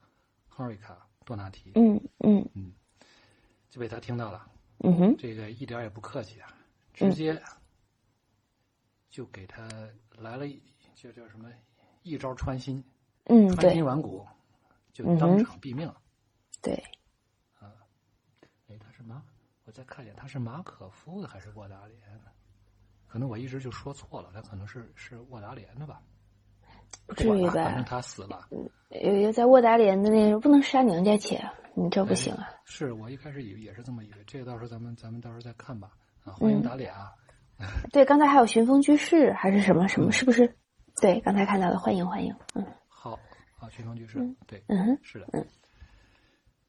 A: 亨瑞卡多纳提，
B: 嗯嗯
A: 就被他听到了。
B: 嗯哼，
A: 这个一点儿也不客气啊，
B: 嗯
A: 直接就给他来了一，就叫什么一招穿心，
B: 嗯
A: 穿
B: 对
A: 心软骨，就
B: 嗯哼
A: 当场毙命了。
B: 对，
A: 哎，他是马，我再看一眼，他是马可夫的还是沃达连的？可能我一直就说错了，他可能是是沃达连的吧？
B: 不
A: 不
B: 啊至
A: 管
B: 于
A: 了，反正
B: 吧？
A: 他死了。
B: 有有在沃达连的那个不能杀娘家钱啊，你这不
A: 哎
B: 行啊。
A: 是我一开始也也是这么以为，这个到时候咱们咱们到时候再看吧。啊，欢
B: 嗯
A: 迎打脸啊！
B: 对，刚才还有寻风居士还是什么什么，是不是？对，刚才看到了，欢迎欢迎。嗯
A: 好，啊，群雄局势，对，
B: 嗯哼，
A: 是的。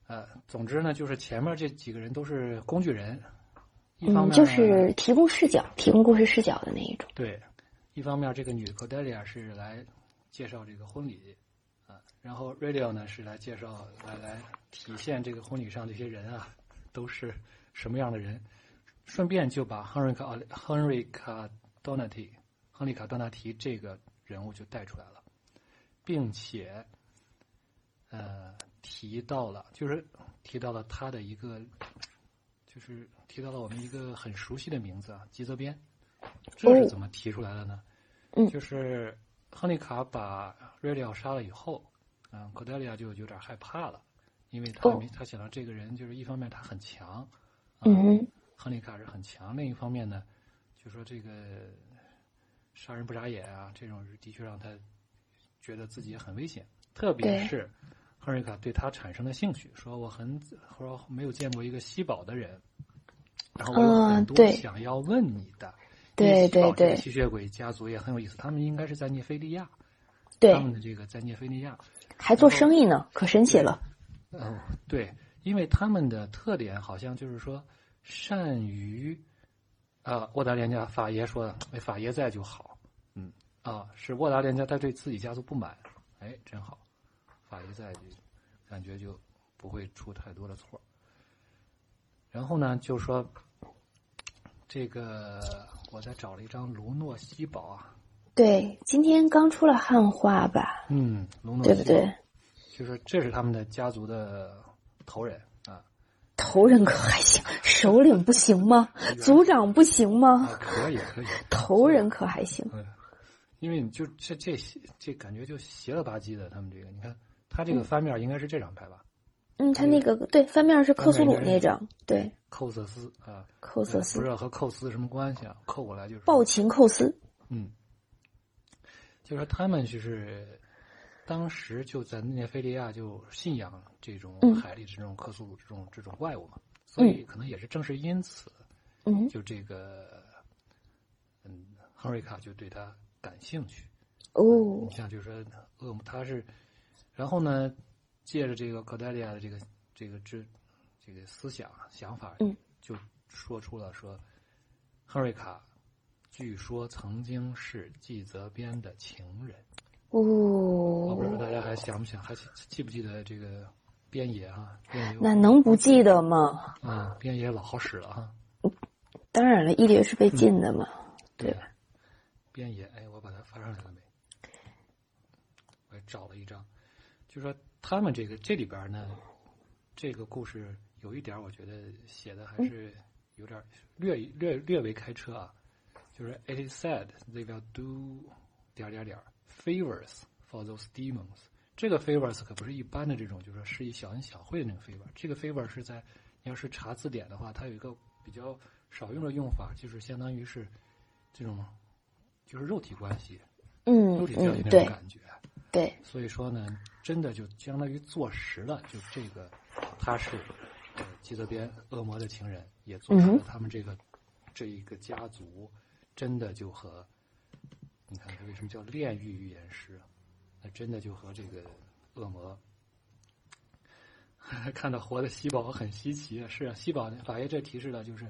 A: 呃，总之呢，就是前面这几个人都是工具人，一方面
B: 嗯，
A: 呢
B: 就是提供视角，提供故事视角的那一种。
A: 对，一方面这个女 Cordelia 是来介绍这个婚礼，啊，然后 Radio 呢是来介绍来来体现这个婚礼上这些人啊都是什么样的人，顺便就把亨瑞卡奥亨瑞卡多纳提亨利卡多纳提这个人物就带出来了，并且呃提到了就是提到了他的一个。就是提到了我们一个很熟悉的名字啊，吉泽边。这是怎么提出来的呢？
B: 嗯
A: 就是亨利卡把瑞利奥杀了以后，嗯，科德利亚就有点害怕了，因为他
B: 哦
A: 没、他想到这个人就是一方面他很强，啊、
B: 嗯哼，
A: 亨利卡是很强，另一方面呢，就说这个杀人不眨眼啊，这种的确让他觉得自己很危险，特别是亨瑞卡对他产生了兴趣，说我很说没有见过一个吸饱的人，然后我有很
B: 嗯
A: 多
B: 对
A: 想要问你的。
B: 对
A: 因为吸饱
B: 对
A: 这个
B: 对
A: 吸血鬼家族也很有意思，他们应该是在涅非利亚，他
B: 对，
A: 们的这个在涅非利亚，
B: 还做生意呢，可神奇了。
A: 哦，对，因为他们的特点好像就是说善于，啊，沃达连家法爷说的，哎，法爷在就好，嗯，啊，是沃达连家他对自己家族不满，哎，真好，法爷在就感觉就不会出太多的错儿。然后呢，就说这个我再找了一张卢诺西堡啊，
B: 对，今天刚出了汉化吧，
A: 嗯，卢诺西堡
B: 对不对？？
A: 就是这是他们的家族的头人啊，
B: 头人可还行，首领不行吗？族长不行吗？
A: 啊，可以可以。
B: 头人可还行。
A: 嗯，因为你就这这邪这感觉就邪了吧唧的，他们这个你看，他这个翻面应该是这张牌吧？
B: 嗯，他那个对翻面嗯是克苏鲁那张，对，
A: 寇瑟斯啊，
B: 寇瑟
A: 不
B: 斯
A: 知，道和寇斯什么关系啊？扣过来就是
B: 暴秦寇斯，
A: 嗯，就说他们就是当时就在涅菲利亚就信仰这种
B: 嗯
A: 海里这种克苏鲁这种这种怪物嘛，所以可能也是正是因此，
B: 嗯，
A: 就这个嗯，亨瑞卡就对他感兴趣。
B: 哦
A: 你，像就是说恶魔，他是，然后呢，借着这个克黛利亚的这个这个这这个思想啊想法，
B: 嗯，
A: 就说出了说，亨瑞卡据说曾经是纪泽边的情人。我不知道
B: 哦，
A: 大家还想不想，还记记不记得这个边野啊？边野
B: 那能不记得吗？
A: 啊，边野老好使了啊。
B: 当然了，一列是被禁的嘛，对吧？
A: 边野，哎，我把它发上来了没？我也找了一张，就说他们这个这里边呢，这个故事有一点儿我觉得写的还是有点儿略略略为开车啊，就是 It is said they will do 点儿点儿点儿 favors for those demons。这个 favors 可不是一般的这种，就是说是一小恩小惠的那个 favor。这个 favor 是在你要是查字典的话，它有一个比较少用的用法，就是相当于是这种就是肉体关系、
B: 嗯
A: 肉体交易
B: 嗯，
A: 那种
B: 对
A: 感觉。
B: 对，
A: 所以说呢，真的就相当于坐实了，就这个他是呃基泽边恶魔的情人，也坐实
B: 嗯
A: 了
B: 哼
A: 他们这个、这一个家族真的就和你看他为什么叫炼狱预言师啊？那真的就和这个恶魔。看到活的西宝很稀奇，是啊，西宝法爷这提示的就是，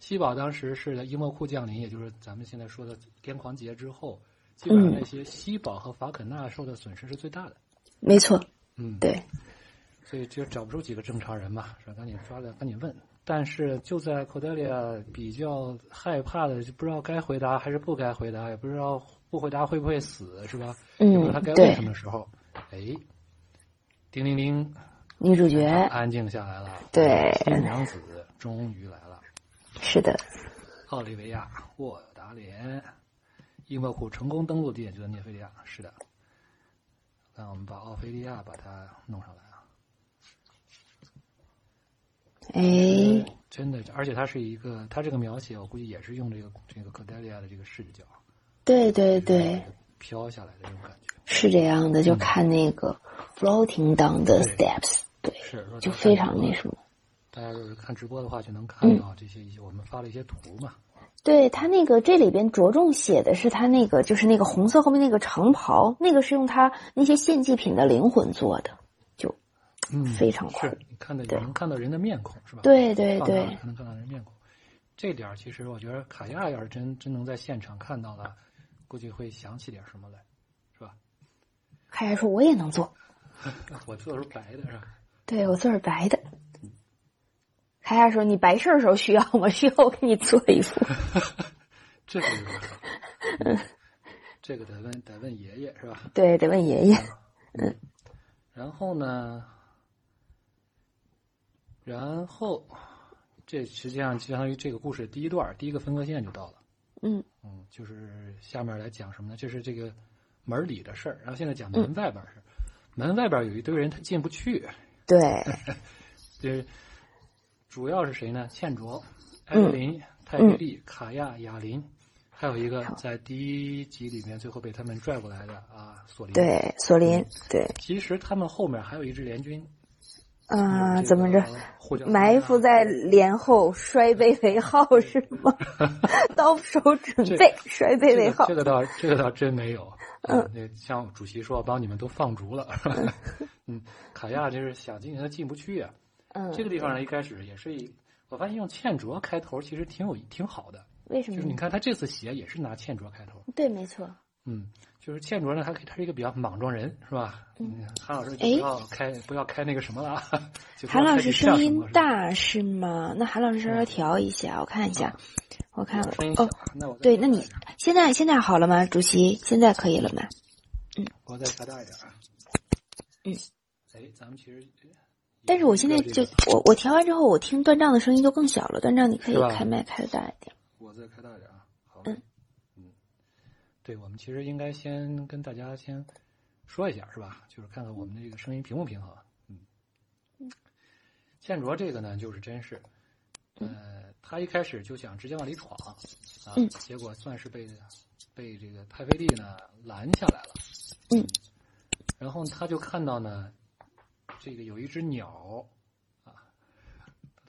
A: 西宝当时是在伊莫库降临，也就是咱们现在说的癫狂节之后，基本上那些西宝和法肯纳受的损失是最大的。
B: 没错，
A: 嗯，
B: 对，
A: 所以就找不出几个正常人嘛，说赶紧抓了，赶紧问。但是就在 Cordelia 比较害怕的，就不知道该回答还是不该回答，也不知道不回答会不会死，是吧？
B: 嗯
A: 也不知道他该问什么时候，哎，叮铃铃，
B: 女主角
A: 安静下来了。
B: 对
A: 新娘子终于来了，
B: 是的，
A: 奥利维亚·沃达连，伊莫库成功登陆地点就在涅菲利亚，是的。那我们把奥菲利亚把它弄上来啊。
B: 哎，
A: 真的，而且它是一个，它这个描写我估计也是用这个这个克黛利亚的这个视角，
B: 对对对，
A: 飘下来的这种感觉，
B: 是这样的，就看那个 floating down the
A: 对
B: steps，对，
A: 是如果
B: 就
A: 大家
B: 非
A: 看
B: 常
A: 直播
B: 那什么。
A: 大家如果看直播的话，就能看到这些一些、我们发了一些图嘛，
B: 对他那个这里边着重写的是他那个就是那个红色后面那个长袍，那个是用他那些献祭品的灵魂做的，就
A: 嗯，
B: 非常酷。
A: 是你看到
B: 对
A: 能看到人的面孔是吧？
B: 对对
A: 放大了
B: 对
A: 才能看到人面孔。这点儿其实我觉得卡亚要是真真能在现场看到了，估计会想起点什么来， 是吧？
B: 凯凯说我也能做，
A: 我做的是白的是吧？
B: 对我字儿白的。凯凯说你白事儿的时候需要吗？ 需要我给你做一副。
A: 这个有点儿 这个得问得问爷爷是吧？
B: 对，得问爷爷。
A: 然后呢，然后这实际上相当于这个故事第一段儿第一个分割线就到了。
B: 嗯
A: 嗯，就是下面来讲什么呢？就是这个门儿里的事儿。然后现在讲门外边儿的事儿。
B: 嗯
A: 门外边儿有一堆人，他进不去。
B: 对，
A: 嗯这
B: 嗯
A: 主要是谁呢？倩卓、艾琳、泰瑞利、卡亚、雅琳，还有一个在第一集里面最后被他们拽过来的啊，索林。
B: 对，索
A: 嗯
B: 林，对，
A: 其实他们后面还有一支联军，
B: 啊、
A: 有这个啊
B: 怎么着？
A: 护教
B: 埋伏在帘后，摔杯为号是吗？ 刀手准备，摔杯为号
A: 这。个倒这个倒真没有。嗯，那像主席说，把你们都放逐了。 嗯，卡亚就是想进去，他进不去呀、
B: 嗯，
A: 这个地方呢，一开始也是一，我发现用茜卓开头其实挺有挺好的，
B: 为什
A: 就
B: 么
A: 是你
B: 呢？
A: 看他这次写也是拿茜卓开头。
B: 对，没错。
A: 嗯，就是茜卓呢，他他是一个比较莽撞人，是吧？嗯，韩老师就
B: 哎
A: 不要开不要开那个什么了啊，就不
B: 韩
A: 要
B: 老
A: 开
B: 师
A: 你
B: 声
A: 像什
B: 音
A: 么是吧
B: 大是吗？那韩老师稍稍调一下，我看一下，我看
A: 声音小
B: 哦，
A: 啊，嗯那我再
B: 对，
A: 调
B: 那
A: 大
B: 你
A: 一点
B: 现在现在好了吗？主席，现在可以了吗？
A: 我再调大一点啊。
B: 嗯，
A: 哎，咱们其实，
B: 但是我现在就我我调完之后，我听断账的声音就更小了。断账你可以
A: 是吧
B: 开麦开的大一点。
A: 我再开大一点啊，好嘞，嗯，对，我们其实应该先跟大家先说一下，是吧？就是看看我们这个声音平不平衡，嗯，建卓这个呢，就是真是，呃，他一开始就想直接往里闯，啊，
B: 嗯
A: 结果算是被被这个太妃帝呢拦下来了，
B: 嗯，
A: 然后他就看到呢，这个有一只鸟。啊，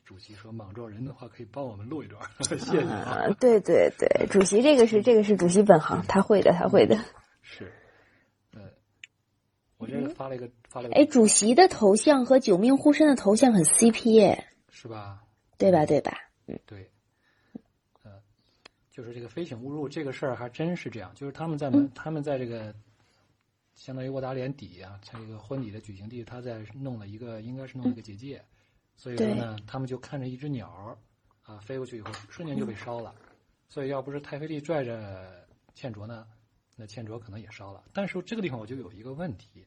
A: 主席说：“莽撞人的话，可以帮我们录一段， 谢谢你啊。”
B: 啊，对对对，主席这个是这个是主席本行，他会的，他会的。
A: 嗯是，呃，我这是发了一个、发了一个，
B: 哎，主席的头像和九命护身的头像很 CP 耶，
A: 是吧？
B: 对吧？对吧？
A: 对，呃，就是这个非请勿入这个事儿还真是这样，就是他们在门，他们在这个相当于沃达连底啊，这个婚礼的举行地，他在弄了一个，应该是弄了一个结界，所以说呢，他们就看着一只鸟儿啊飞过去以后，瞬间就被烧了，所以要不是太妃帝拽着倩卓呢，那倩卓可能也烧了。但是这个地方我就有一个问题。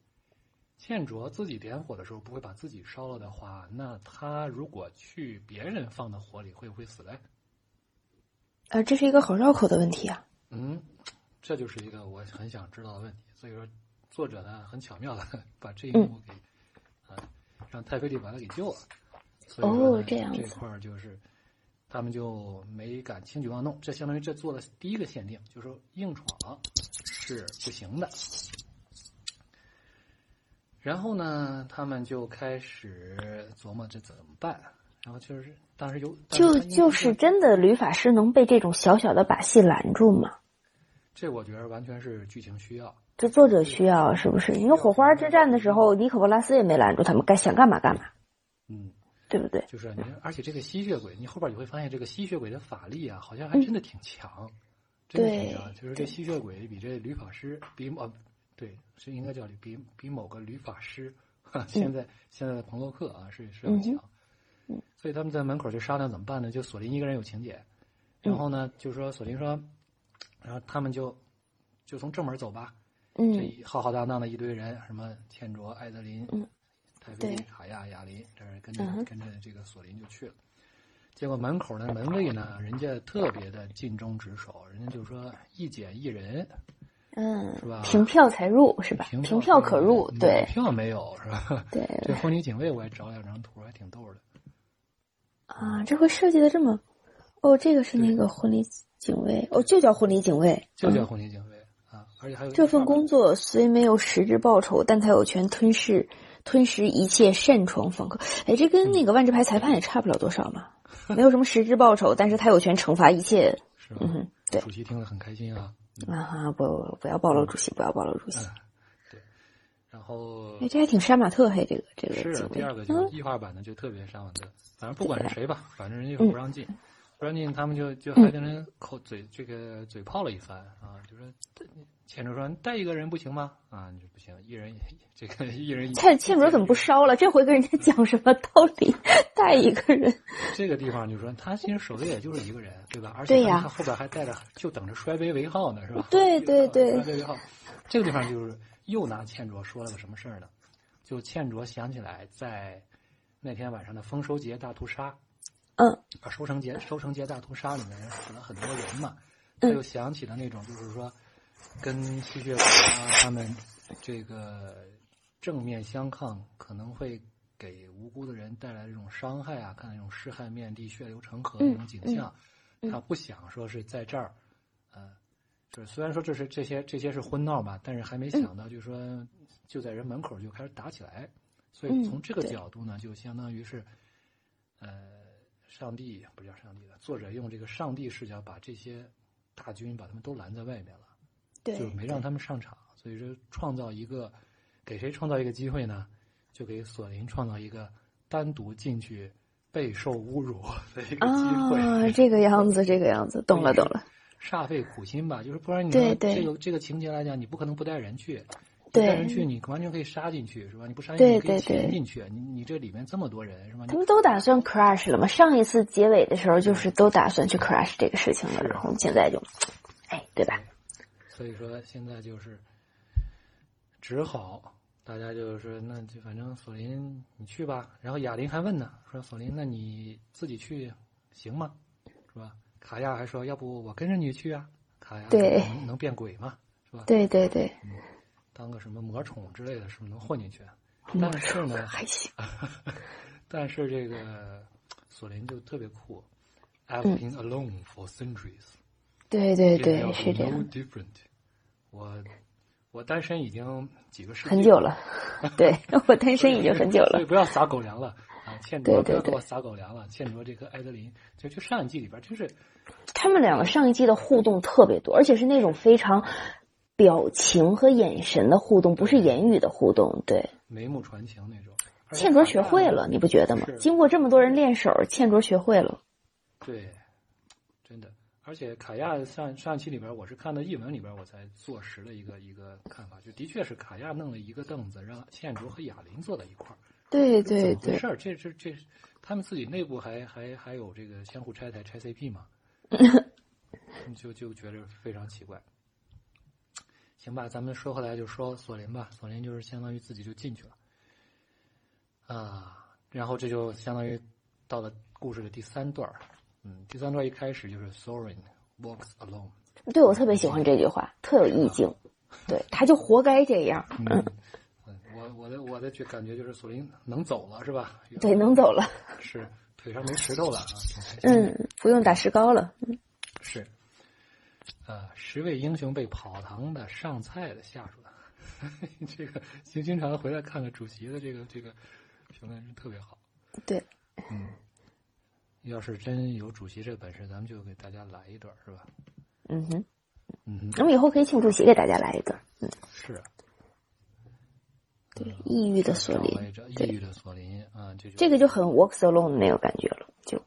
A: 倩卓自己点火的时候不会把自己烧了的话，那他如果去别人放的火里，会不会死嘞？
B: 啊，这是一个好绕口的问题啊。
A: 嗯，这就是一个我很想知道的问题。所以说，作者呢很巧妙的 把这一
B: 嗯
A: 幕给、啊，让太妃帝把他给救了。所以说呢
B: 哦这样子
A: 这块儿就是他们就没敢轻举妄动，这相当于这做了第一个限定，就是说硬闯是不行的。然后呢，他们就开始琢磨这怎么办。然后就是当时有，但
B: 就
A: 他应该
B: 就是真的吕法师能被这种小小的把戏拦住吗？
A: 这，我觉得完全是剧情需要。
B: 这作者需要是不是？因为火花之战的时候，尼可波拉斯也没拦住他们，该想干嘛干嘛，
A: 嗯，
B: 对不对？嗯
A: 就是你，而且这个吸血鬼，你后边你会发现这个吸血鬼的法力啊，好像还真的挺强，真的挺强。
B: 嗯对
A: 就是这吸血鬼比这吕法师比某、啊对是应该叫吕比比某个吕法师，哈，现在、现在的彭洛克啊是是要
B: 嗯
A: 强
B: 哼。
A: 所以他们在门口就商量怎么办呢？就索林一个人有情节，
B: 嗯
A: 然后呢就说索林说，然后他们就就从正门走吧。这
B: 嗯，
A: 一浩浩荡荡的一堆人，什么倩卓、艾德林、
B: 嗯
A: 泰菲利、
B: 对
A: 卡亚、雅林，这是跟着、
B: 嗯哼
A: 跟着这个索林就去了。结果门口的门卫呢，人家特别的尽忠职守，人家就说一检一人，
B: 嗯
A: 是吧，
B: 凭票才入是吧？凭票可入，
A: 没有
B: 对
A: 凭票没有是吧？
B: 对
A: 这婚礼警卫我也找两张图，还挺逗的。
B: 啊，这会设计的这么，哦，这个是那个婚礼警卫，哦，就叫婚礼警卫，
A: 就叫婚礼警卫、啊，而且还有
B: 嗯这份工作虽没有实质报酬，但他有权吞噬吞噬一切擅闯访客。哎，这
A: 嗯
B: 跟那个万智牌裁判也差不了多少嘛，没有什么实质报酬，但是他有权惩罚一切。
A: 是吧？
B: 嗯哼，对
A: 主席听了很开心啊。
B: 啊哈，不不不要暴
A: 嗯
B: 露主席，不要暴露主席。
A: 然后
B: 哎，这还挺杀马特，嘿，这个这个嗯
A: 是
B: 警
A: 第
B: 卫
A: 二个就是异化版的就特别杀马特，反正不管是谁吧，反正人
B: 嗯
A: 家就是不让进，不让进他们就就还跟人口嘴这个嘴炮了一番啊，就说钱钟说你带一个人不行吗？啊，你说不行，一 人这个一人一
B: 倩倩卓怎么
A: 嗯
B: 不烧了？这回跟人家讲什么道理？ 带一个人，
A: 这个地方就说他其实手里也就是一个人，对吧？而
B: 对
A: 且
B: 呀
A: 他后边还带着，就等着摔杯为号呢，是吧？
B: 对对对
A: 摔杯为号。这个地方就是又拿倩卓说了个什么事儿呢？就倩卓想起来在那天晚上的丰收节大屠杀，
B: 嗯
A: 啊，收成节收成节大屠杀里面死了很多人嘛，
B: 嗯
A: 他又想起了那种就是说跟吸血鬼啊他们这个正面相抗可能会给无辜的人带来这种伤害
B: 嗯
A: 啊，看那种尸骸遍地、血流成河那种景象，他不想说是在这儿。嗯，就是虽然说这是这些这些是婚闹嘛，但是还没
B: 嗯
A: 想到，就是说就在人门口就开始打起来，所以
B: 嗯
A: 从这个角度呢，就相当于是，呃，上帝不是叫上帝了，作者用这个上帝视角把这些大军把他们都拦在外面了，
B: 对，
A: 就是没让他们上场，所以说创造一个给谁创造一个机会呢？就给索林创造一个单独进去备受侮辱的一个机会。
B: 啊，这个样子，这个样子，懂了，懂了。
A: 煞费苦心吧，就是不然你
B: 对
A: 要
B: 对
A: 这个这个情节来讲，你不可能不带人去，
B: 对
A: 带人去你完全可以杀进去是吧？你不杀进
B: 对
A: 去你可以
B: 对对
A: 潜进去，你你这里面这么多人是吧？
B: 他
A: 你
B: 们都打算 crash 了嘛？上一次结尾的时候就是都打算去 crash 这个事情了，
A: 嗯是啊
B: 然后现在就，哎，对吧？
A: 所以说现在就是只好大家就是说，那就反正索林你去吧，然后哑铃还问呢，说索林那你自己去行吗？是吧？卡亚还说要不我跟着你去啊？卡亚说
B: 对
A: 能能变鬼吗？是吧？
B: 对对对，
A: 当个什么魔宠之类的，是不是能混进去？
B: 魔
A: 但是呢，
B: 还行，
A: 但是这个索林就特别酷，I've been alone for centuries，
B: 对对
A: 这
B: 对
A: 叫，
B: 是这
A: No
B: 样，
A: different，我我单身已经几个世纪
B: 很久了， 对我单身已经很久
A: 所以
B: 了，
A: 不要撒狗粮了啊！倩卓
B: 对对
A: 不要给
B: 对
A: 我撒狗粮了，倩卓这个艾德琳，就就上一季里边就是
B: 他们两个上一季的互动特别多，而且是那种非常表情和眼神的互动，不是言语的互动，对。
A: 眉目传情那种。而且
B: 倩卓
A: 卡
B: 学
A: 亚
B: 会了，你不觉得吗
A: 是？
B: 经过这么多人练手，倩卓学会了。
A: 对，真的。而且卡亚上上期里边，我是看到译文里边，我才坐实了一个一个看法，就的确是卡亚弄了一个凳子，让倩卓和哑铃坐在一块儿。
B: 对
A: 怎
B: 对
A: 么回
B: 对
A: 事，儿？这这这，他们自己内部还还还有这个相互拆台拆 CP 嘛？嗯就就觉得非常奇怪。行吧，咱们说回来就说索林吧，索林就是相当于自己就进去了，啊，然后这就相当于到了故事的第三段儿嗯，第三段一开始就是 Sorin walks alone，
B: 对，我特别喜欢这句话，特有意境。对，他就活该这样。
A: 嗯，嗯我我的我的觉感觉就是索林能走了是吧？
B: 对，能走了。
A: 是腿上没石头了啊，挺开心的
B: 嗯，不用打石膏了。
A: 是，呃，十位英雄被跑堂的、上菜的、下属的， 这个经经常回来看看主席的这个这个评论是特别好。
B: 对，
A: 嗯，要是真有主席这本事，咱们就给大家来一段儿，是吧？
B: 嗯哼，
A: 嗯哼，
B: 我们以后可以请主席给大家来一个。
A: 是啊。嗯
B: 对，抑郁的索
A: 找了
B: 林，
A: 一张
B: 对
A: 抑郁的索林啊，这就
B: 嗯这个就很 walks alone 那个感觉了。就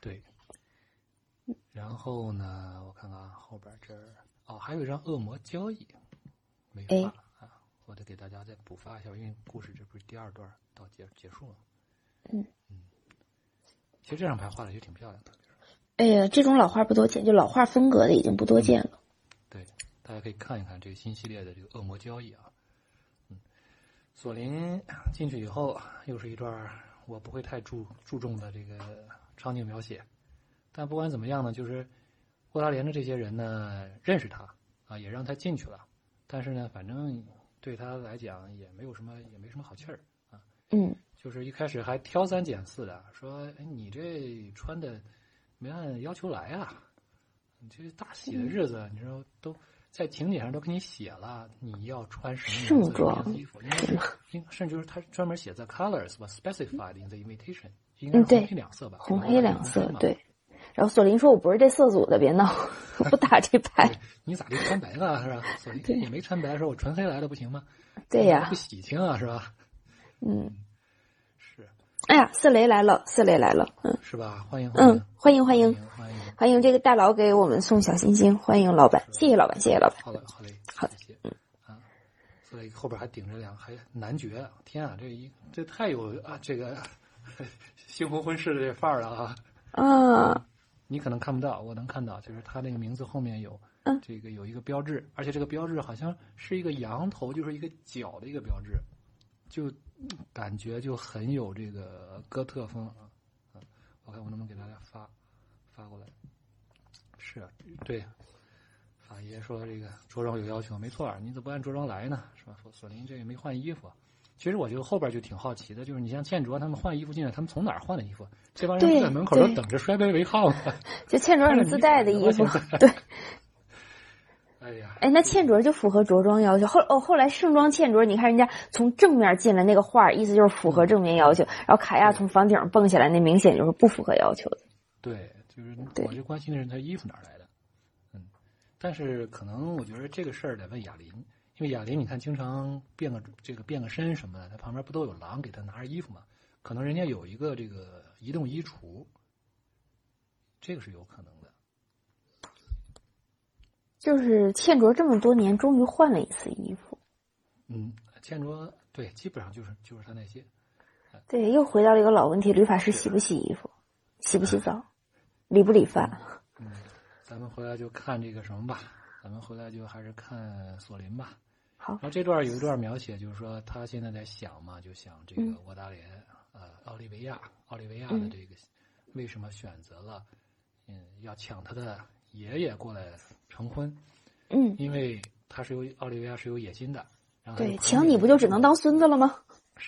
A: 对。然后呢，我看看啊，后边这儿哦，还有一张恶魔交易没
B: 哎
A: 发啊，我得给大家再补发一下，因为故事这不是第二段到结结束了吗。
B: 嗯
A: 其实这张牌画的也挺漂亮的，
B: 哎呀，这种老画不多见，就老画风格的已经不多见了。
A: 对，大家可以看一看这个新系列的这个恶魔交易啊。嗯，索林进去以后，又是一段儿我不会太注注重的这个场景描写，但不管怎么样呢，就是沃拉连的这些人呢认识他啊，也让他进去了，但是呢，反正对他来讲也没有什么也没什么好气儿，
B: 嗯，
A: 就是一开始还挑三拣四的，说：“哎，你这穿的没按要求来啊！你这大喜的日子，你说都在请柬上都给你写了，你要穿什么颜色
B: 盛装
A: 什么衣服？应该是， 应甚至就是他专门写在 colors 吧，specified in the invitation，应该
B: 嗯
A: 是
B: 对
A: 红黑两色吧？
B: 红黑两色
A: 红黑嘛，
B: 对。然后索林说：“我不是这色组的，别闹， 不打这牌。
A: 你咋就穿白了是吧？所以
B: 对
A: 你没穿白，说我纯黑来的不行吗？”
B: 对呀
A: 不，喜庆啊，是吧？
B: 嗯，
A: 是
B: 哎呀，四雷来了，四雷来了，嗯
A: 是吧？欢迎
B: 嗯，欢迎欢
A: 欢
B: 迎
A: 迎欢迎。
B: 欢迎这个大佬给我们送小心心，欢迎老板，谢谢老板，谢谢老板。
A: 好嘞，好嘞，
B: 好
A: 谢谢。啊，所以后边还顶着两个还男爵啊，天啊，这一这太有啊这个 新婚婚事的这范儿了啊！
B: 啊，
A: 你可能看不到，我能看到，就是他那个名字后面有
B: 嗯
A: 这个有一个标志，而且这个标志好像是一个羊头，就是一个角的一个标志，就感觉就很有这个哥特风啊。啊我看我能不能给大家发发过来。是啊，对，法爷说这个着装有要求，没错儿，你怎么不按着装来呢？是吧？索索林这也没换衣服。其实我就后边就挺好奇的，就是你像建卓他们换衣服进来，他们从哪儿换的衣服？这帮人
B: 对
A: 不在门口都
B: 对
A: 等着摔杯为号吗？
B: 哎 就倩卓很自带的衣服，对，
A: 哎呀，
B: 哎，那倩卓就符合着装要求。后哦，后来盛装倩卓，你看人家从正面进来那个画儿，意思就是符合正面要求。然后卡亚从房顶上蹦下来，那明显就是不符合要求的。
A: 对，就是
B: 对
A: 我就关心的是他衣服哪儿来的，嗯，但是可能我觉得这个事儿得问哑铃，因为哑铃你看经常变个这个变个身什么的，他旁边不都有狼给他拿着衣服吗？可能人家有一个这个移动衣橱，这个是有可能的。
B: 就是倩卓这么多年，终于换了一次衣服，
A: 嗯，倩卓对，基本上就是就是他那些，
B: 对，又回到了一个老问题：理发师洗不洗衣服，洗不洗澡，理不理发？
A: 嗯，咱们回来就看这个什么吧，咱们回来就还是看索林吧。
B: 好
A: 然，后这段有一段描写，就是说他现在在想嘛，就想这个
B: 嗯
A: 沃达连，呃，奥利维亚，奥利维亚的
B: 嗯
A: 这个为什么选择了，嗯，要抢他的爷爷过来成婚，
B: 嗯，
A: 因为他是有奥利维亚是有野心的。然后他
B: 对，
A: 就
B: 抢啊你不就只能当孙子了吗？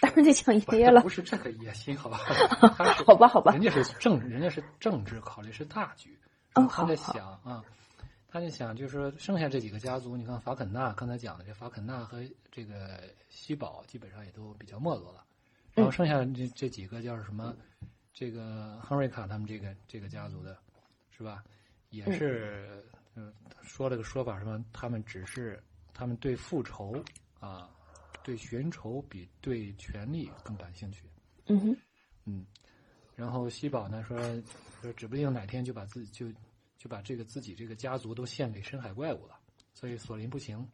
B: 当然得 抢
A: 不
B: 爷爷了
A: 不。是这个野心，好吧？
B: 好吧，好吧
A: 人，家是政，人家是政治考虑，是大局。
B: 嗯
A: 他在
B: 好好
A: 想啊，他在想，就是说剩下这几个家族，你看法肯纳刚才讲的，这法肯纳和这个西堡基本上也都比较没落了，然
B: 嗯
A: 后剩下这这几个叫什么，这个亨瑞卡他们这个这个家族的，是吧？也是，嗯，说了个说法，什么他们只是他们对复仇啊，对寻仇比对权力更感兴趣。
B: 嗯哼，
A: 嗯，然后西宝呢说，说指不定哪天就把自己就就把这个自己这个家族都献给深海怪物了，所以索林不行，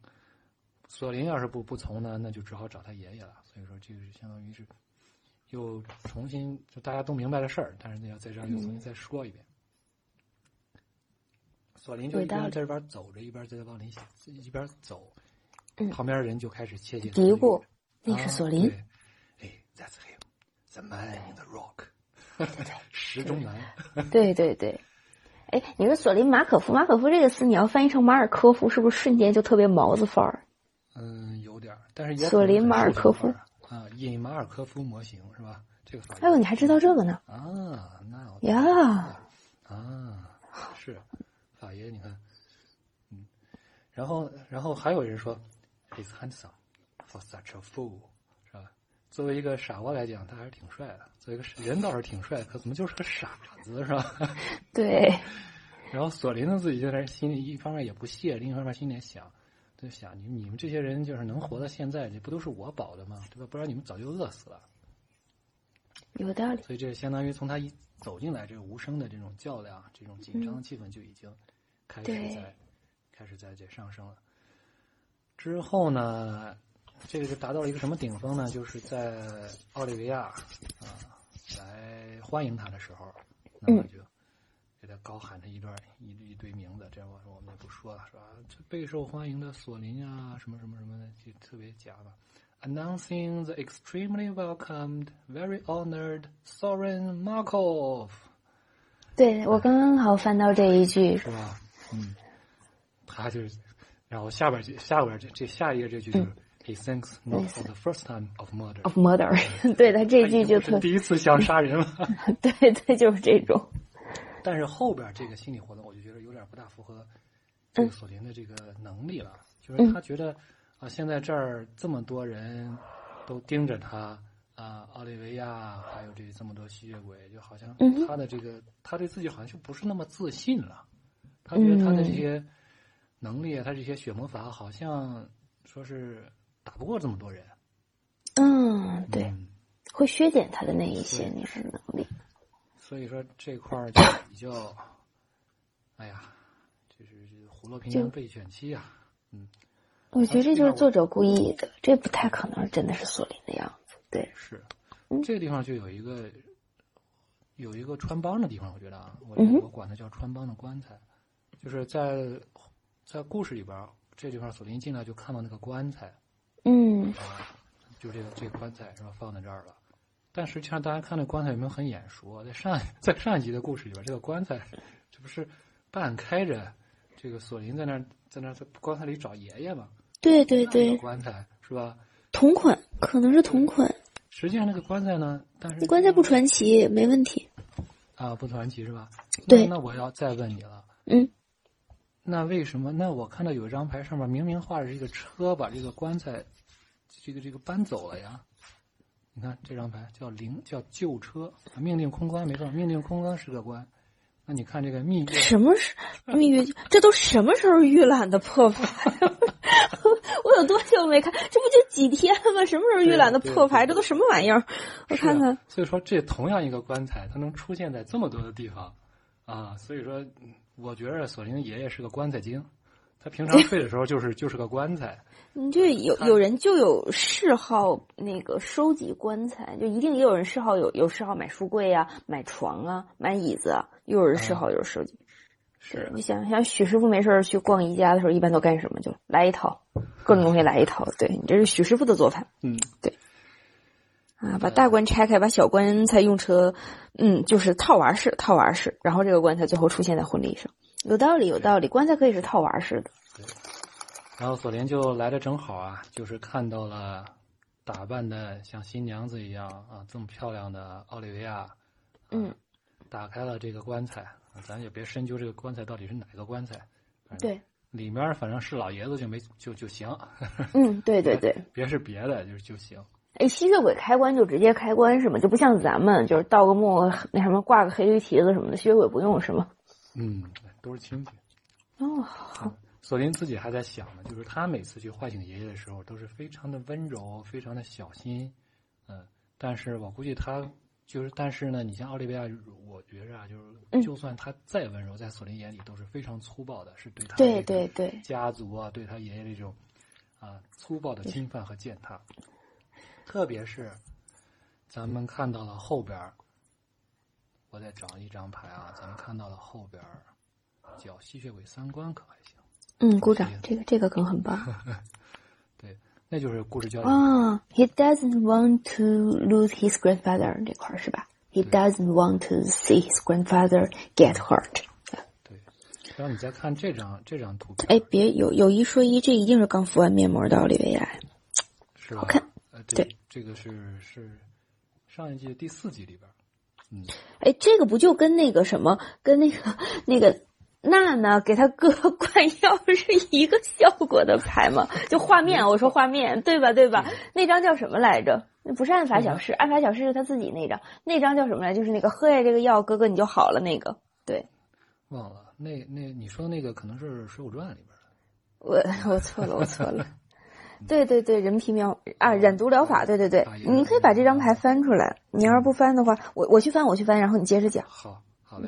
A: 索林要是不不从呢，那就只好找他爷爷了。所以说这个是相当于是又重新就大家都明白的事儿，但是呢要在这儿又
B: 嗯
A: 重新再说一遍。索林就一
B: 有道
A: 边
B: 理
A: 在这边走着，一边在这往里想，一边走，
B: 嗯
A: 旁边人就开始窃窃
B: 嘀
A: 私语
B: 咕那是索林。
A: 啊对哎，That's him, the man in the rock，石中南。
B: 对对对，哎，你说索林马可夫，马可夫这个词你要翻译成马尔科夫，是不是瞬间就特别毛子范儿？
A: 嗯，有点儿，但是也
B: 索林
A: 可能是
B: 马尔科夫
A: 数学范儿啊，引马尔科夫模型是吧？这个法
B: 哎呦，你还知道这个呢？
A: 啊？那我
B: 呀，
A: 啊，是法爷，你看，嗯，然后然后还有人说，He's handsome for such a fool，是吧？作为一个傻瓜来讲，他还是挺帅的。作为一个傻人倒是挺帅的，可怎么就是个傻子是吧？
B: 对，
A: 然后索林呢自己就在那心里一方面也不屑，另一方面心里也想，就想你你们这些人就是能活到现在，这不都是我保的吗？对吧？不然你们早就饿死了。
B: 有道理。
A: 所以这相当于从他一走进来，这个无声的这种较量、这种紧张的气氛就已经开始
B: 对
A: 在、开始在这上升了。之后呢，这个就达到了一个什么顶峰呢？就是在奥利维亚啊、来欢迎他的时候，那么就给他高喊他一段一一堆名字，这样我我们就不说了，是吧？这备受欢迎的索林啊，什么什么什么的，就特别假吧。announcing the extremely welcomed, very honored Soren Markov，
B: 对我刚好翻到这一句，
A: 是吧？嗯，他就是，然后下边这下边这这下一个这句就是、He thinks not for the first time of murder。
B: of murder，对 他这句就
A: 他已经不
B: 特
A: 是，第一次想杀人了，
B: 对对，就是这种，
A: 但是后边这个心理活动，我就觉得有点不大符合这
B: 嗯
A: 个索林的这个能力了。就是他觉得啊，现在这儿这么多人都盯着他啊，奥利维亚还有这这么多吸血鬼，就好像
B: 嗯哼
A: 他的这个他对自己好像就不是那么自信了。他觉得他的
B: 嗯
A: 这些能力啊，他这些血魔法好像说是打不过这么多人。
B: 嗯，对，
A: 嗯
B: 会削减他的那一些那个能力，
A: 所以说这块儿就比较，哎呀，就是这个虎落平阳
B: 就
A: 被犬欺啊。
B: 我
A: 嗯
B: 觉得这就是作者故意的，这不太可能真的是索林的样子，对，
A: 是
B: 嗯，
A: 这个地方就有一个有一个穿帮的地方，我觉得啊，我
B: 嗯哼
A: 我管它叫穿帮的棺材，就是在在故事里边儿，这地方索林进来就看到那个棺材，
B: 嗯，
A: 啊就这个这个棺材是吧，放在这儿了。但实际上，大家看这棺材有没有很眼熟啊？在上在上一集的故事里边，这个棺材这不是半开着，这个索林在那儿在那儿在棺材里找爷爷嘛？
B: 对对
A: 那个
B: 对，
A: 棺材是吧？
B: 同款可能是同款，
A: 实际上那个棺材呢，但是
B: 你棺材不传奇没问题，
A: 啊，不团结是吧？
B: 对
A: 那。那我要再问你了，
B: 嗯，
A: 那为什么？那我看到有一张牌上面明明画着这个车把这个棺材，这个这个搬走了呀。你看这张牌叫灵，叫旧车，命定空关没错，命定空关是个关。那你看这个蜜月，啊
B: 什么时
A: 嗯
B: 蜜月？这都什么时候预览的破牌？ 我有多久没看？这不就几天吗？什么时候预览的破牌？
A: 对对对
B: 这都什么玩意儿？我看
A: 是
B: 看
A: 啊。所以说，这同样一个棺材，它能出现在这么多的地方，啊，所以说，嗯我觉着索林爷爷是个棺材精，他平 常睡的时候就是就是个棺材，
B: 你这有有人嗯就有嗜好那个收集棺材，就一定也有人嗜好有有嗜好买书柜啊、买床啊、买椅子啊，又有人嗜好有人收集。
A: 是
B: 你想想，许师傅没事儿去逛宜家的时候，一般都干什么？就来一套，各种东西来一套。对你这是许师傅的做法
A: 嗯，
B: 啊，把大棺拆开，把小棺材用车，嗯，就是套娃式，套娃式，然后这个棺材最后出现在婚礼上，有道理，有道理，棺材可以是套娃式的。
A: 然后索林就来的正好啊，就是看到了打扮的像新娘子一样啊，这么漂亮的奥利维亚，啊
B: 嗯，
A: 打开了这个棺材，啊咱也别深究这个棺材到底是哪个棺材，反正
B: 对，
A: 里面反正是老爷子就没就就行，啊
B: 嗯，对对对。
A: 别是别的就就行，
B: 哎，吸血鬼开关就直接开关是吗？就不像咱们就是盗个墓那什么挂个黑驴蹄子什么的，吸血鬼不用是吗？
A: 嗯，都是亲戚。
B: 哦，好，
A: 索林自己还在想呢，就是他每次去唤醒爷爷的时候，都是非常的温柔，非常的小心，嗯，但是我估计他就是，但是呢，你像奥利维亚，我觉着啊，就是
B: 嗯
A: 就算他再温柔，在索林眼里都是非常粗暴的，是对他
B: 对
A: 这个
B: 对对，
A: 家族啊，对他爷爷这种啊粗暴的侵犯和践踏，特别是咱们看到了后边儿，我再找一张牌啊，咱们看到了后边儿叫吸血鬼三观，可还行。
B: 嗯，鼓掌，这个这个梗很 棒
A: 对，那就是故事焦点。
B: 啊。He doesn't want to lose his grandfather 这块儿是吧？He
A: 对
B: doesn't want to see his grandfather get hurt。
A: 对，然后你再看这张这张图片，
B: 哎，别有有一说一，这一定是刚敷完面膜的奥利维亚。
A: 是吧？
B: 好看
A: 呃，
B: 对，
A: 这个是是上一季的第四集里边儿，嗯，
B: 哎，这个不就跟那个什么，跟那个那个娜娜给他哥 灌药是一个效果的牌吗？就画面，我说画面，对吧？对吧？那张叫什么来着？那不是案法小事，案法小事是他自己那张，那张叫什么来？就是那个喝下这个药，哥哥你就好了那个。对
A: 忘了那那你说那个可能是《水浒传》里边儿的，
B: 我，我错了，我错 了。对对对，人皮苗啊，染毒疗法，对对对
A: 哎，呀
B: 你可以把这张牌翻出来。你要是不翻的话，我我去翻，我去翻，然后你接着讲。
A: 好，好嘞。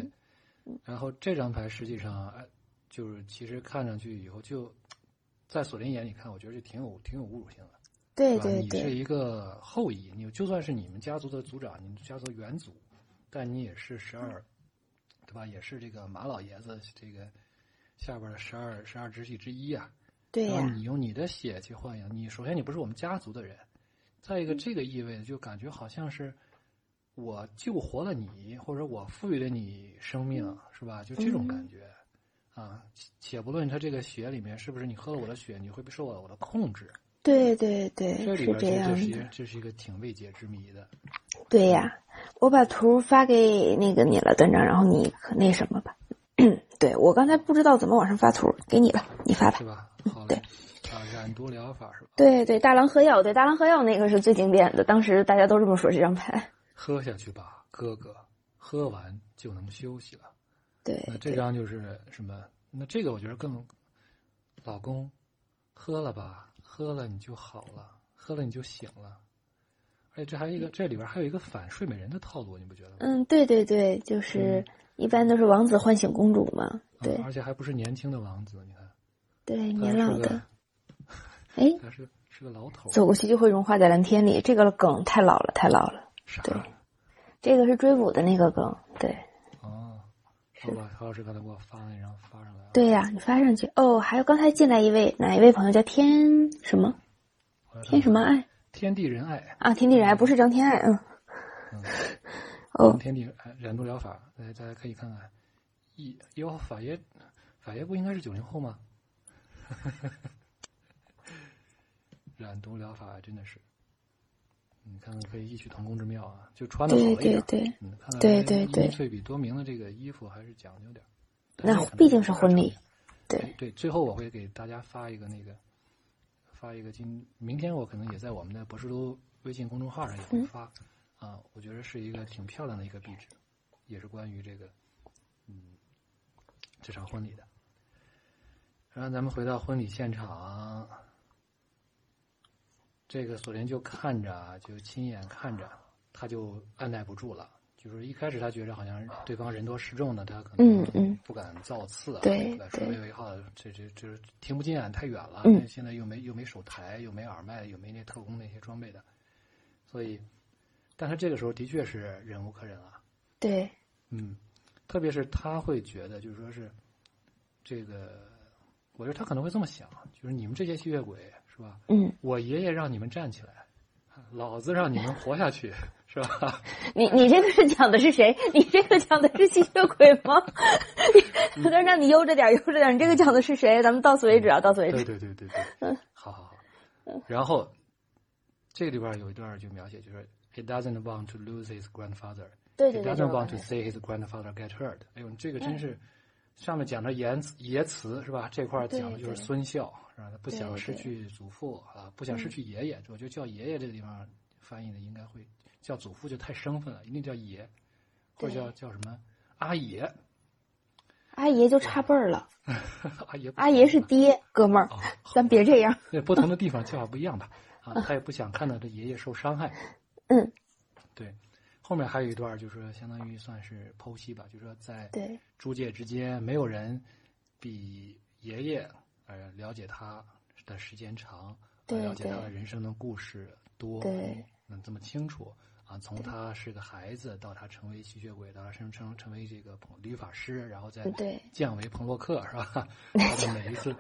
B: 嗯
A: 然后这张牌实际上，哎，就是其实看上去以后就，在索林眼里看，我觉得就挺有挺有侮辱性的。
B: 对
A: 吧？
B: 对
A: 啊你是
B: 对，
A: 一个后裔，你就算是你们家族的族长，你们家族元祖，但你也是十二，对吧？也是这个马老爷子这个下边的十二十二直系之一啊。
B: 对
A: 然
B: 呀
A: 后，你用你的血去豢养你，首先你不是我们家族的人，再一
B: 嗯
A: 个这个意味就感觉好像是我救活了你，或者我赋予了你生
B: 嗯
A: 命，是吧？就这种感觉。啊，且且不论他这个血里面是不是你喝了我的血，你会不会受我我的控制，
B: 对对对，
A: 这里
B: 是
A: 边
B: 这
A: 这
B: 样
A: 是
B: 的
A: 一。个这是一个挺未解之谜的。
B: 对呀，我把图发给那个你了，段长，然后你可那什么吧。 对我刚才不知道怎么往上发图，给你吧，你发吧
A: 是。吧？好嘞，啊，染毒疗法是吧？
B: 对对，大郎喝药，对大郎喝药那个是最经典的，当时大家都这么说这张牌。
A: 喝下去吧，哥哥，喝完就能休息了。
B: 对
A: 那啊这
B: 哎对
A: 张就是什么？那这个我觉得更，老公，喝了吧，喝了你就好了，喝了你就醒了。而且这还有一个，这里边还有一个反睡美人的套路，你不觉得吗？
B: 嗯，对对对，就是一般都是王子唤醒公主嘛。对
A: 嗯啊而且还不是年轻的王子，你看，
B: 对，
A: 他
B: 年
A: 是
B: 老
A: 个
B: 的，，哎，
A: 他是是个老头儿，
B: 走过去就会融化在蓝天里，这个梗太老了，太老了。
A: 傻
B: 对这个是追捕的那个梗，对。
A: 哦，好吧，何老师刚才给我发那张发上来啊，
B: 对呀、你发上去哦。还有刚才进来一位哪一位朋友叫天什么
A: 我要
B: 天什么爱
A: 天地仁爱，
B: 啊？天地人爱不是张天爱，嗯。
A: 嗯
B: 哦，
A: 天地呃染毒疗法，呃，大家可以看看。一哟，法爷，法爷不应该是九零后吗？ 染毒疗法真的是，你看看可以异曲同工之妙啊，就穿的好了
B: 对
A: 一点
B: 对
A: 儿。
B: 对，
A: 嗯，看来
B: 对对对
A: 英翠比多明的这个衣服还是讲究点儿。
B: 那毕竟是婚礼对，
A: 对，最后我会给大家发一个那个，发一个今明天我可能也在我们的博士都微信公众号上也
B: 嗯
A: 会发，啊，我觉得是一个挺漂亮的一个壁纸，也是关于这个，嗯，这场婚礼的。然后咱们回到婚礼现场，这个索林就看着，就亲眼看着，他就按耐不住了。就是一开始他觉着好像对方人多势众呢，他可能
B: 嗯嗯
A: 不敢造次啊，
B: 对
A: 不敢说
B: 对
A: 没为号，这这这听不见，太远了。
B: 嗯
A: 现在又没又没手台，又没耳麦，又没那特工那些装备的，所以，但他这个时候的确是忍无可忍了。
B: 对，
A: 嗯，特别是他会觉得，就是说是这个，我觉得他可能会这么想，就是你们这些吸血鬼是吧？
B: 嗯，
A: 我爷爷让你们站起来，啊老子让你们活下去，是吧？
B: 你你这个是讲的是谁？ 你这个讲的是吸血鬼吗？ 你他说让你悠着点儿，悠着点儿。你这个讲的是谁？咱们到此为止啊，到此为
A: 对
B: 止。
A: 对对对
B: 嗯
A: 对，好好好。然后这里边有一段就描写，就是 he doesn't want to lose his grandfather。
B: 对
A: He
B: 对对
A: doesn't
B: 对
A: want to see his grandfather get hurt。哎呦，这个
B: 嗯
A: 真是，上面讲的言辞爷词是吧？这块儿讲的就是
B: 对对
A: 孙孝，是吧？他不想
B: 对嗯
A: 失
B: 对
A: 去祖父啊，不想失去爷爷。我觉得叫爷爷这个地方翻译的应该会叫祖父就太生分了，一定叫爷，或者
B: 对
A: 叫叫什么阿爷。
B: 阿爷就差辈儿了，
A: 阿爷不
B: 阿爷是
A: 行
B: 爹，哥们儿，
A: 啊，
B: 咱别这样。
A: 对，不同的地方叫法不一样吧？啊，他也不想看到这爷爷受伤害。
B: 嗯，
A: 对。后面还有一段儿就是说相当于算是剖析吧，就是说在
B: 对
A: 诸界之间，没有人比爷爷呃了解他的时间长，
B: 对
A: 了解他的
B: 对
A: 人生的故事多，
B: 对，
A: 能这么清楚啊？从他是个孩子到他成为吸血鬼，到他成成成为这个彭律法师，然后再
B: 对
A: 降为彭洛克，是 吧？他的每一次。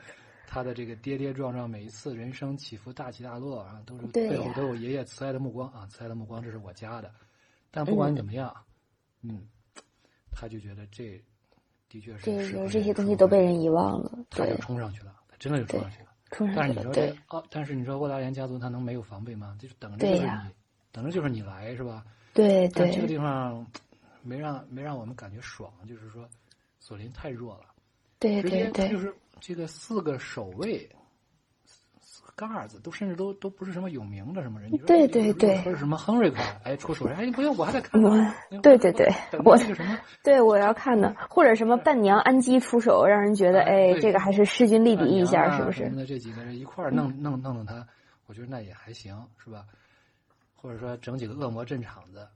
A: 他的这个跌跌撞撞，每一次人生起伏大起大落啊，都是
B: 对
A: 背后
B: 呀
A: 都有爷爷慈爱的目光啊，慈爱的目光，这是我家的。但不管怎么样，嗯，他就觉得这的确是
B: 这
A: 是
B: 人
A: 会
B: 这些
A: 有
B: 东
A: 冲
B: 西都
A: 突
B: 被
A: 的
B: 人遗忘了，
A: 他就
B: 对，
A: 冲上去了，他真的就冲上去了。
B: 冲
A: 但
B: 上
A: 是
B: 去
A: 你说
B: 了，
A: 这
B: 对
A: 哦，但是你说沃达连家族他能没有防备吗？就是等着
B: 对
A: 就是你，
B: 呀
A: 等着就是你来是吧？
B: 对
A: 但这个地
B: 对
A: 方没让没让我们感觉爽，就是说索林太弱了。
B: 对
A: 直接
B: 对
A: 就
B: 对
A: 是这个四个守卫，四个盖儿子都甚至都都不是什么有名的什么人。你说
B: 对
A: 你说
B: 对对
A: 说是什么亨瑞克，哎，出手，哎，不用，我还在看。
B: 我对对对
A: 等
B: 我
A: 着这个什么，
B: 对，我要看的，或者什么伴娘安基出手，让人觉得
A: 哎
B: 哎，
A: 对
B: 这个还是势均力
A: 啊
B: 敌一
A: 娘
B: 下，
A: 啊
B: 是不
A: 什
B: 是嗯
A: 么？的这几个人一块儿弄弄弄弄他，我觉得那也还行，是吧？或者说整几个恶魔镇场子，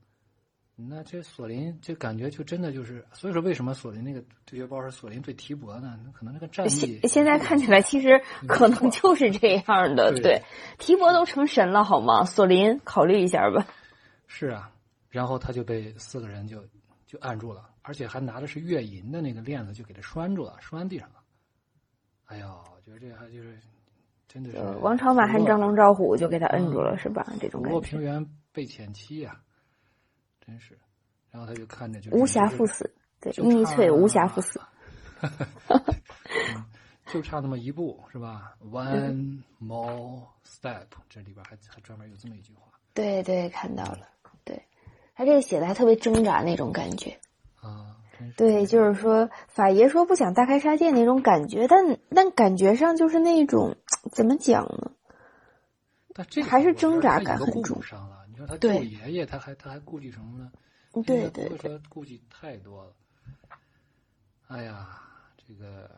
A: 那这索林这感觉就真的就是，所以说为什么索林那个对决包是索林对提博呢？那可能那个战力
B: 现现在看起来，其实可能就是这样的。
A: 嗯对
B: 对，提伯都成神了，好吗？索林，考虑一下吧。
A: 是啊，然后他就被四个人就就按住了，而且还拿的是月银的那个链子，就给他拴住了，拴地上了。哎呀，我觉得这还就是真的是
B: 呃，王朝马和张龙赵虎就给他摁住了，是吧？这
A: 虎
B: 种
A: 落
B: 感觉，
A: 嗯平原被遣期呀、真是。然后他就看着就
B: 无暇赴
A: 赴死。
B: 死。对，
A: 就
B: 易
A: 差
B: 翠无暇赴死。
A: 嗯就差那么一步是 吧？One more step，这里边还还专门有这么一句话
B: 对对，看到了。对，他这个写的还特别挣扎那种感觉。
A: 啊，真是
B: 对，就是说法爷说不想大开杀戒那种感觉，但但感觉上就是那种怎么讲呢？
A: 但这个
B: 还是
A: 我觉得
B: 挣扎
A: 他
B: 感
A: 有个
B: 很
A: 顾
B: 重
A: 不上了。你说他救
B: 对
A: 爷爷，他还他还顾忌什么呢？
B: 对
A: 应该
B: 对
A: 不会
B: 对
A: 说顾忌太多了。哎呀，这个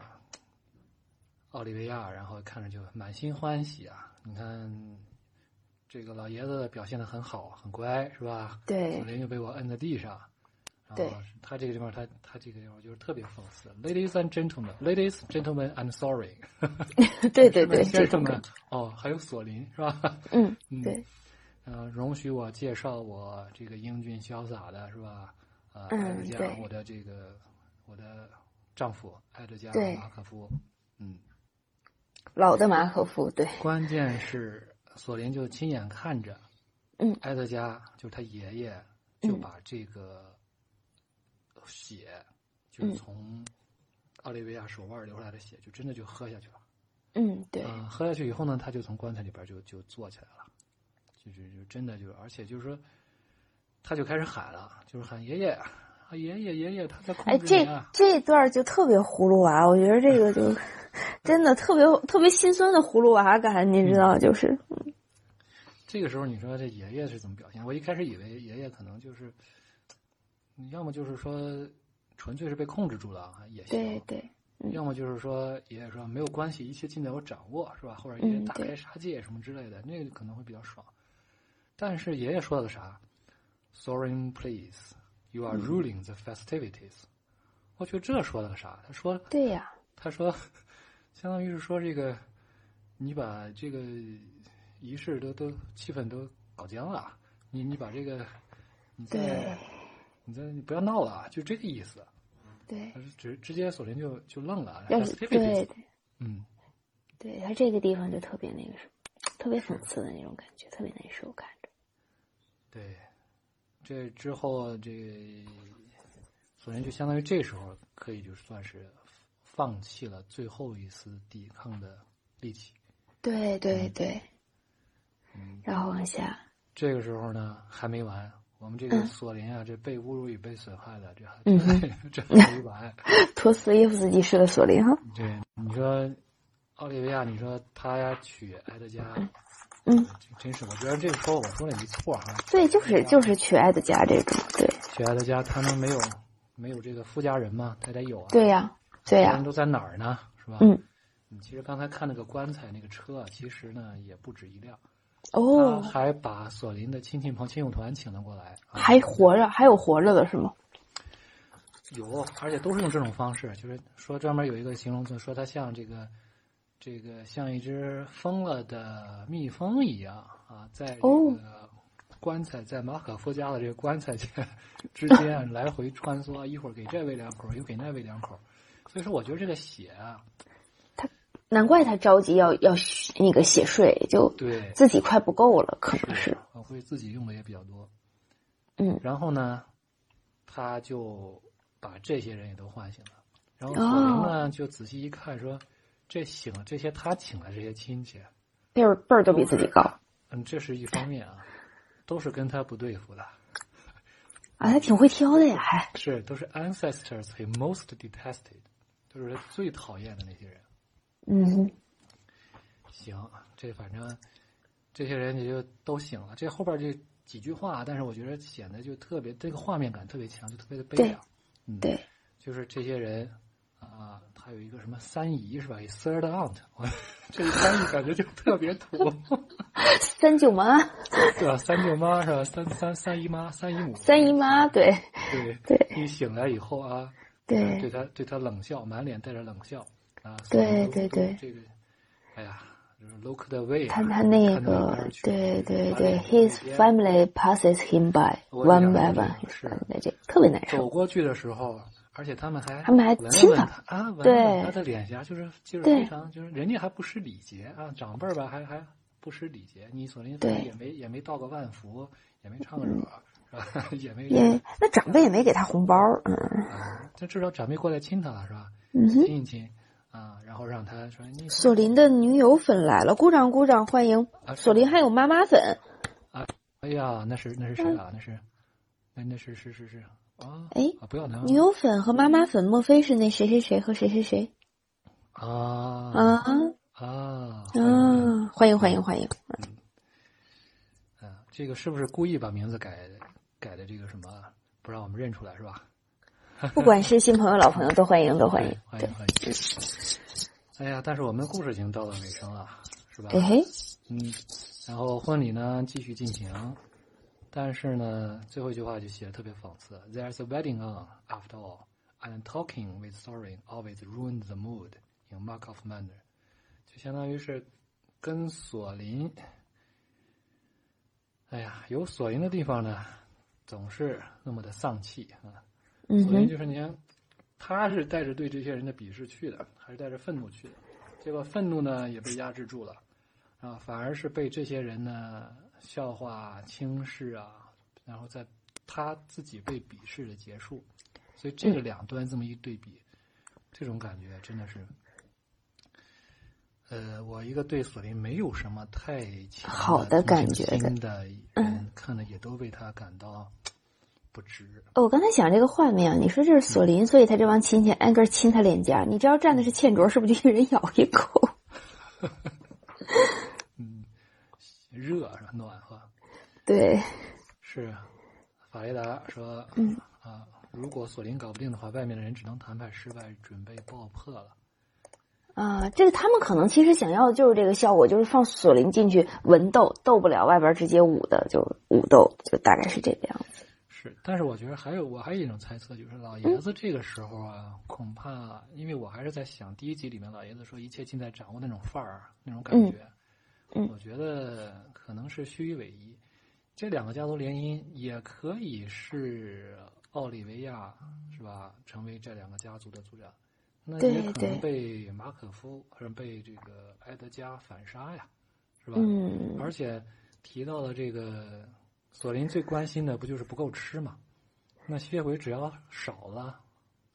A: 奥利维亚，然后看着就满心欢喜啊！你看，这个老爷子表现的很好，很乖，是吧？
B: 对
A: 左林就被我摁在地上。然
B: 对
A: 后他这个地方，他他这个地方就是特别讽刺。Ladies and gentlemen, ladies gentlemen, I'm sorry。
B: 对对对，这
A: 先生
B: 种感
A: 们
B: 觉，，
A: 哦，还有索林是吧？
B: 嗯，
A: 嗯，
B: 对，
A: 呃，容许我介绍我这个英俊潇洒的是吧？呃，
B: 嗯
A: 埃德加
B: 对，
A: 我的这个我的丈夫埃德加
B: 对
A: 马可夫，嗯，
B: 老的马可夫，对，
A: 关键是索林就亲眼看着，
B: 嗯，
A: 埃德加就是他爷爷就
B: 嗯
A: 把这个血，就是
B: 嗯
A: 从奥利维亚手腕流出来的血，就真的就喝下去了。
B: 嗯，对，
A: 嗯，喝下去以后呢，他就从棺材里边就就坐起来了，就就就真的就，而且就是说，他就开始喊了，就是喊爷爷，啊爷爷爷爷，他在
B: 哎，
A: 控制
B: 这
A: 你啊！
B: 这段儿就特别葫芦娃、我觉得这个就真的特别特别心酸的葫芦娃感，你知道，就是
A: 这个时候你说这爷爷是怎么表现？我一开始以为爷爷可能就是，嗯要么就是说纯粹是被控制住了啊，也行。
B: 对对，
A: 要么就是说，爷爷说没有关系，一切尽在我掌握，是吧？或者爷爷
B: 嗯
A: 大
B: 对
A: 开杀戒什么之类的，那个可能会比较爽。但是爷爷说的啥？Sovereign, please, you
B: 嗯
A: are ruling the festivities。我觉得这说的个啥？他说，
B: 对呀、
A: 他说，相当于是说这个，你把这个仪式都都气氛都搞僵了，你你把这个，你
B: 对
A: 再你再你不要闹了啊，就这个意思。
B: 对
A: 他是直直接索林就就愣了
B: 要啊是对
A: festivities，
B: 对
A: 嗯，
B: 对，他这个地方就特别那个什么，特别讽刺的那种感觉，特别难受，看着。
A: 对，这之后这个索林就相当于这时候可以就算是放弃了最后一丝抵抗的力气。
B: 对对对，
A: 嗯，
B: 然后往下，
A: 这个时候呢还没完，我们这个
B: 嗯
A: 索林啊，这被侮辱与被损害的，这还、
B: 嗯
A: 这还没完。
B: 托斯耶夫斯基式的索林哈，
A: 对，你说奥利维亚，你说他娶埃德加，呃
B: 嗯，
A: 真是，我觉得这个说我说的也没错哈、
B: 对，啊就是就是去爱的家这种，对
A: 去埃德加，他们没有没有这个夫家人吗？他得有啊。
B: 对呀、对
A: 夫
B: 呀、
A: 家人都在哪儿呢？是吧？
B: 嗯。
A: 你其实刚才看那个棺材那个车啊，其实呢也不止一辆，他
B: 哦，
A: 还把索林的亲戚朋亲友团请了过来，啊、
B: 还活着，还有活着的是吗？
A: 有，而且都是用这种方式，就是说专门有一个形容词，说它像这个这个像一只疯了的蜜蜂一样啊，在这
B: 哦
A: 个棺材在马可夫家的这个棺材间之间来回穿梭，一会儿给这喂两口，又给那喂两口，所以说我觉得这个血啊，
B: 难怪他着急要要那个写税，就
A: 对，
B: 自己快不够了，可能是。
A: 我会自己用的也比较多。
B: 嗯，
A: 然后呢，他就把这些人也都唤醒了。然后
B: 哦
A: 索林呢，就仔细一看说，这醒了这些他请来这些亲戚，
B: 辈儿辈儿都比自己高
A: 嗯，这是一方面啊，都是跟他不对付的，
B: 啊，他挺会挑的呀，还
A: 是都是 ancestors he most detested，就是他最讨厌的那些人。
B: 嗯
A: 行，啊这反正这些人也就都醒了。这后边这几句话，啊但是我觉得显得就特别，这个画面感特别强，就特别的悲
B: 对
A: 凉。嗯，
B: 对，
A: 就是这些人啊，他有一个什么三姨是吧一？third aunt，我这个翻译感觉就特别 土，
B: 三舅妈、
A: 对吧？三舅妈是吧？三三三姨妈、三姨母、
B: 三姨妈，对
A: 对
B: 对
A: 一醒来以后啊，呃对
B: 对
A: 他对他冷笑，满脸带着冷笑啊，
B: 对
A: 所以
B: 对
A: 都
B: 对
A: 这个，哎呀。就是 look the way，
B: 他
A: 啊
B: 他那
A: 看到一边儿
B: 个
A: 去
B: 对对
A: 把
B: 对
A: 脸
B: ，his
A: 往一边
B: family passes him by
A: 我也
B: one
A: 想
B: by
A: 到
B: one，嗯
A: 这个是
B: 那这特别难
A: 走
B: 受，
A: 过去的时候，而且他们还
B: 他们还
A: 闻了
B: 亲
A: 闻
B: 他
A: 他啊，闻了
B: 对
A: 闻他的脸颊，就是就是
B: 对
A: 非常就是人家还不失礼节啊，长辈儿吧还还不失礼节，你索林反正
B: 对嗯
A: 也没也没道个万福，也没唱个惹，是吧？ 也没
B: 也那长辈也没给他红包，嗯
A: 啊，就至少长辈过来亲他了是吧？
B: 嗯哼。
A: 亲一亲啊，然后让他说你
B: 索林的女友粉来了，鼓掌鼓掌，欢迎
A: 啊
B: 索林，还有妈妈粉，
A: 哎呀，那是那是谁啊？那是那那是是是是啊
B: 嗯哎
A: 啊，不要拿
B: 女友粉和妈妈粉，莫非是那谁谁谁和谁谁谁
A: 啊
B: 啊
A: 啊啊！
B: 啊？欢迎欢迎 欢迎！
A: 嗯，这个是不是故意把名字改改的这个什么，不让我们认出来是吧？
B: 不管是新朋友老朋友都欢迎都欢迎。
A: 欢迎欢迎。哎呀，但是我们故事已经到了尾声了，是吧？
B: 哎嘿，
A: 嗯，然后婚礼呢继续进行，但是呢最后一句话就写的特别讽刺：“There's a wedding on after all, and talking with Soren always ruins the mood in Markov manner。”就相当于是跟索林，哎呀，有索林的地方呢，总是那么的丧气啊。
B: 嗯
A: 所以
B: 哼，
A: 就是你看，他是带着对这些人的鄙视去的，还是带着愤怒去的？结果愤怒呢也被压制住了，啊，反而是被这些人呢笑话、轻视啊，然后在他自己被鄙视的结束。所以这
B: 嗯
A: 个两端这么一对比，这种感觉真的是，呃，我一个对索林没有什么太强
B: 好的感觉的嗯
A: 同情心的人，看了也都为他感到不值。
B: 哦，我刚才想这个画面啊，你说这是索林，所以他这帮亲戚挨个亲他脸颊。你只要站的是欠卓，是不是就一人咬一口？
A: 嗯，热是吧？暖和。
B: 对，
A: 是啊，法雷达说，
B: 嗯
A: 啊，如果索林搞不定的话，外面的人只能谈判失败，准备爆破了。
B: 啊，这个他们可能其实想要的就是这个效果，就是放索林进去文斗，斗不了，外边直接武的就武斗，就大概是这个样子。
A: 是，但是我觉得还有，我还有一种猜测，就是老爷子这个时候啊，恐怕因为我还是在想第一集里面老爷子说一切尽在掌握那种范儿那种感觉，
B: 嗯嗯
A: 我觉得可能是虚与委蛇，这两个家族联姻也可以是奥利维亚是吧，成为这两个家族的族长，那也
B: 对
A: 可
B: 对
A: 能被马可夫或者被这个埃德加反杀呀，是吧？
B: 嗯，
A: 而且提到了这个索林最关心的不就是不够吃嘛？那吸血鬼只要少了，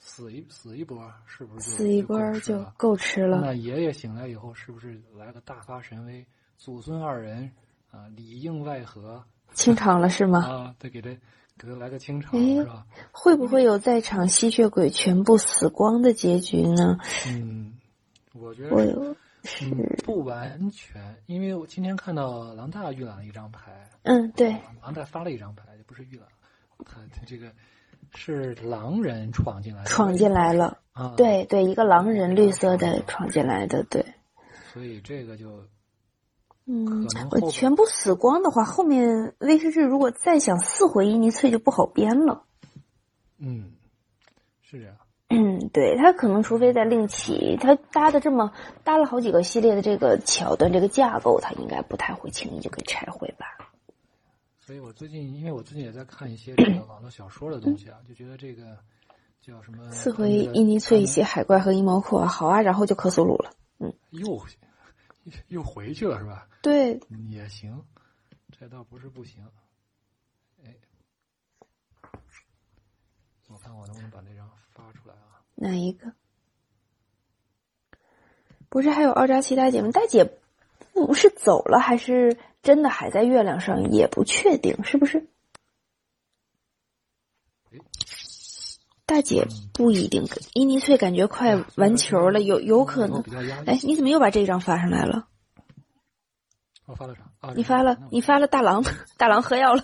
A: 死一死一波，是不是就
B: 死一波
A: 就够
B: 儿
A: 吃
B: 就
A: 了？
B: 够吃了。
A: 那爷爷醒来以后，是不是来个大发神威？祖孙二人啊、里应外合
B: 清场了是吗？
A: 啊，再给他给他来个清场
B: 哎
A: 是吧？
B: 会不会有在场吸血鬼全部死光的结局呢？
A: 嗯，我觉
B: 我
A: 得
B: 有
A: 嗯不完全，因为我今天看到狼大预览了一张牌，
B: 嗯，对，
A: 狼大发了一张牌，不是玉兰，他他这个是狼人闯进来的，
B: 闯进来了。
A: 啊，，
B: 对对，一个狼人绿色的闯进来的，对。
A: 所以这个就
B: 嗯
A: 可能，后
B: 我
A: 边
B: 全部死光的话，后面威士忌如果再想四回伊尼翠就不好编了。
A: 嗯是这样，
B: 嗯，对他可能，除非再另起，他搭的这么搭了好几个系列的这个桥段、这个架构，他应该不太会轻易就给拆毁吧？
A: 所以我最近因为我最近也在看一些这个网络小说的东西啊，就觉得这个叫什么
B: 四
A: 他
B: 嗯回
A: 们的
B: 伊尼翠一
A: 他
B: 起海怪和阴谋库，好啊，然后就克苏鲁了。
A: 们又又回去了是吧？
B: 对，
A: 也行，这倒不是不行，哎，我看我能不能把这张发出来啊？
B: 哪一个？不是还有奥扎奇大姐吗？大姐不是走了，还是真的还在月亮上？也不确定，是不是？大姐不一定，伊尼翠感觉快完球了，有有可能
A: 比。较压抑。
B: 哎，你怎么又把这一张发上来了？
A: 我发了啥？啊，
B: 你发了
A: 那，我
B: 你发了大郎，大郎喝药了。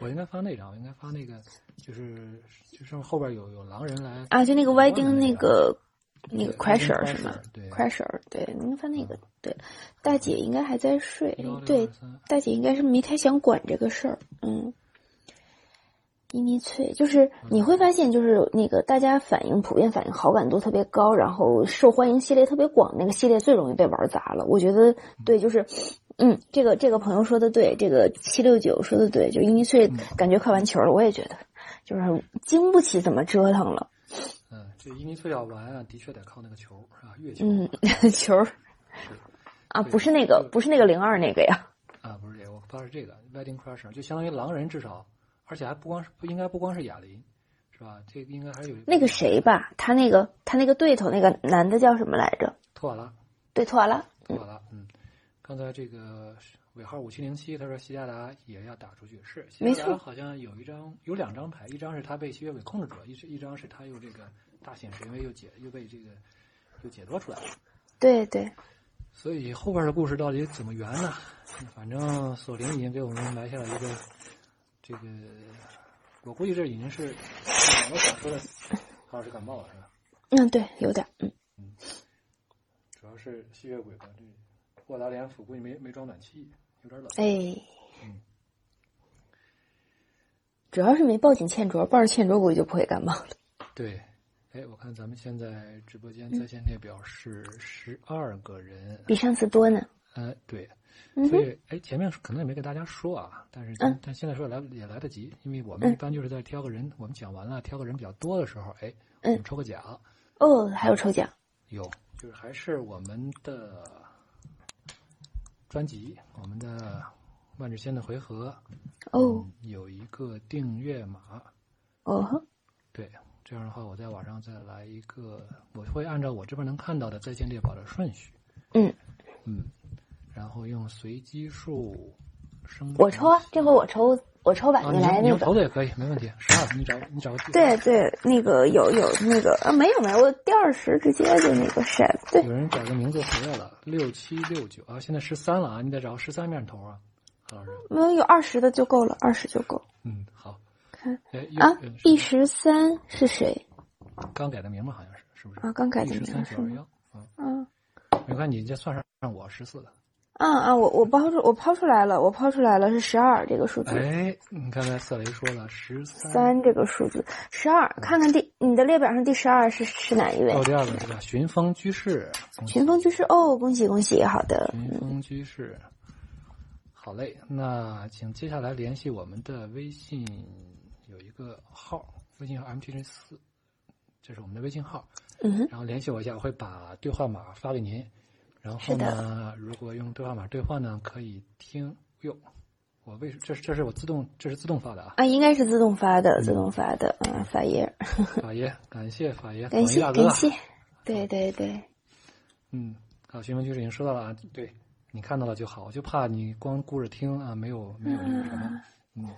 A: 我应该发那张，我应该发那个，就是就是后边有有狼人来
B: 啊，就那个歪丁那
A: 那
B: 个那个 crasher 是吗？
A: 对
B: crasher 对，您发那个对，大姐应该还在睡，对，
A: 1623
B: 大姐应该是没太想管这个事儿，嗯。伊尼翠就是你会发现，就是那个大家反应普遍反应好感度特别高，然后受欢迎系列特别广，那个系列最容易被玩砸了。我觉得对，就是，嗯，这个这个朋友说的对，这个七六九说的对，就伊尼翠感觉快完球了，我也觉得，就是经不起怎么折腾了。
A: 嗯，这伊尼翠要玩啊，的确得靠那个球是吧？越球、
B: 嗯， 球儿啊，
A: 对
B: 不是那个，不是那个零二那个呀。
A: 啊，不是这个，我发的是这个 Wedding Crusher，就相当于狼人至少，而且还不光是不应该不光是哑铃是吧？这个应该还有
B: 那个谁吧，他那个他那个对头那个男的叫什么来着？
A: 托瓦拉，
B: 对，托瓦拉。
A: 托瓦拉，嗯，刚才这个尾号五七零七，他说西加达也要打出去，是西
B: 没
A: 加达
B: 错
A: 好像有一张有两张牌，一张是他被吸血鬼控制住了，一是一张是他又这个大显神威又解又被这个又解脱出来了。
B: 对对，
A: 所以后边的故事到底怎么圆呢？反正索林已经给我们埋下了一个这个，我估计这已经是我想说的，好像是感冒了是吧？
B: 嗯，对，有点儿，嗯，
A: 主要是吸血鬼吧，这沃达连府估计没没装暖气，有点冷。
B: 哎
A: 嗯，
B: 主要是没抱紧欠卓，抱着欠卓估计就不会感冒了。
A: 对，哎，我看咱们现在直播
B: 嗯
A: 间在线列表是十二个人，
B: 比上次多呢。
A: 呃，对，
B: 嗯
A: 所
B: 哼，
A: 以哎，前面可能也没给大家说啊，但是
B: 嗯
A: 但现在说来也来得及，因为我们一
B: 嗯
A: 般就是在挑个人，我们讲完了挑个人比较多的时候，哎，我
B: 嗯
A: 们抽个奖，
B: 哦，还有抽奖，
A: 有就是还是我们的专辑，我们的万智仙的回合
B: 哦
A: 嗯有一个订阅码，
B: 哦呵，
A: 对，这样的话，我在网上再来一个，我会按照我这边能看到的在线列表的顺序，
B: 嗯
A: 嗯，然后用随机数生成。
B: 啊我抽啊，这回我抽
C: 我抽吧，
A: 啊，
C: 你
A: 牛
C: 来那
A: 牛
C: 个。
A: 头的也可以，没问题。十二，你找你找个地方。
B: 对对，那个有有那个啊，没有没有，我第二十直接就那个闪，对
A: 有人找个名字回来了，六七六九啊，现在十三了啊，你得找十三面头啊，韩老师。
B: 没有有二十的就够了，二十就够
A: 嗯，好。
B: 看
A: 哎，又
B: 啊
A: 嗯。是
B: B 十三是谁
A: 刚改的名嘛，好像是，是不是？
B: 啊？刚改的
A: 十
B: 名
A: 三
B: 是
A: 九二
B: 吗？
A: 幺，嗯，
B: 嗯
A: 没关系，你这算上上我十四个。
B: 啊啊，我我抛出我抛出来了，我抛出来了是十二这个数字，
A: 哎，你刚才色雷说了十三，
B: 三这个数字，十二，看看第你的列表上第十二是是哪一位
A: 哦，？第二个是吧？寻风居士，恭喜
B: 群峰居士哦，恭喜恭喜，好的，
A: 寻风居士。好嘞，那请接下来联系我们的微信有一个号，微信号 MTG 四，这是我们的微信号。
B: 嗯哼，
A: 然后联系我一下，我会把兑换码发给您。然后
B: 是！
A: 呢，如果用兑换码兑换呢，可以听。哟，我为什这是这是我自动这是自动发的啊
B: 啊，应该是自动发的，自
A: 嗯
B: 动发的啊，发页儿，
A: 法爷，感谢法爷，广
B: 感
A: 义
B: 谢
A: 大哥
B: 感
A: 啊。
B: 谢，对对对，
A: 嗯，好，询问句是已经说到了啊，对你看到了就好，我就怕你光顾着听啊，没有没有那个什么，嗯，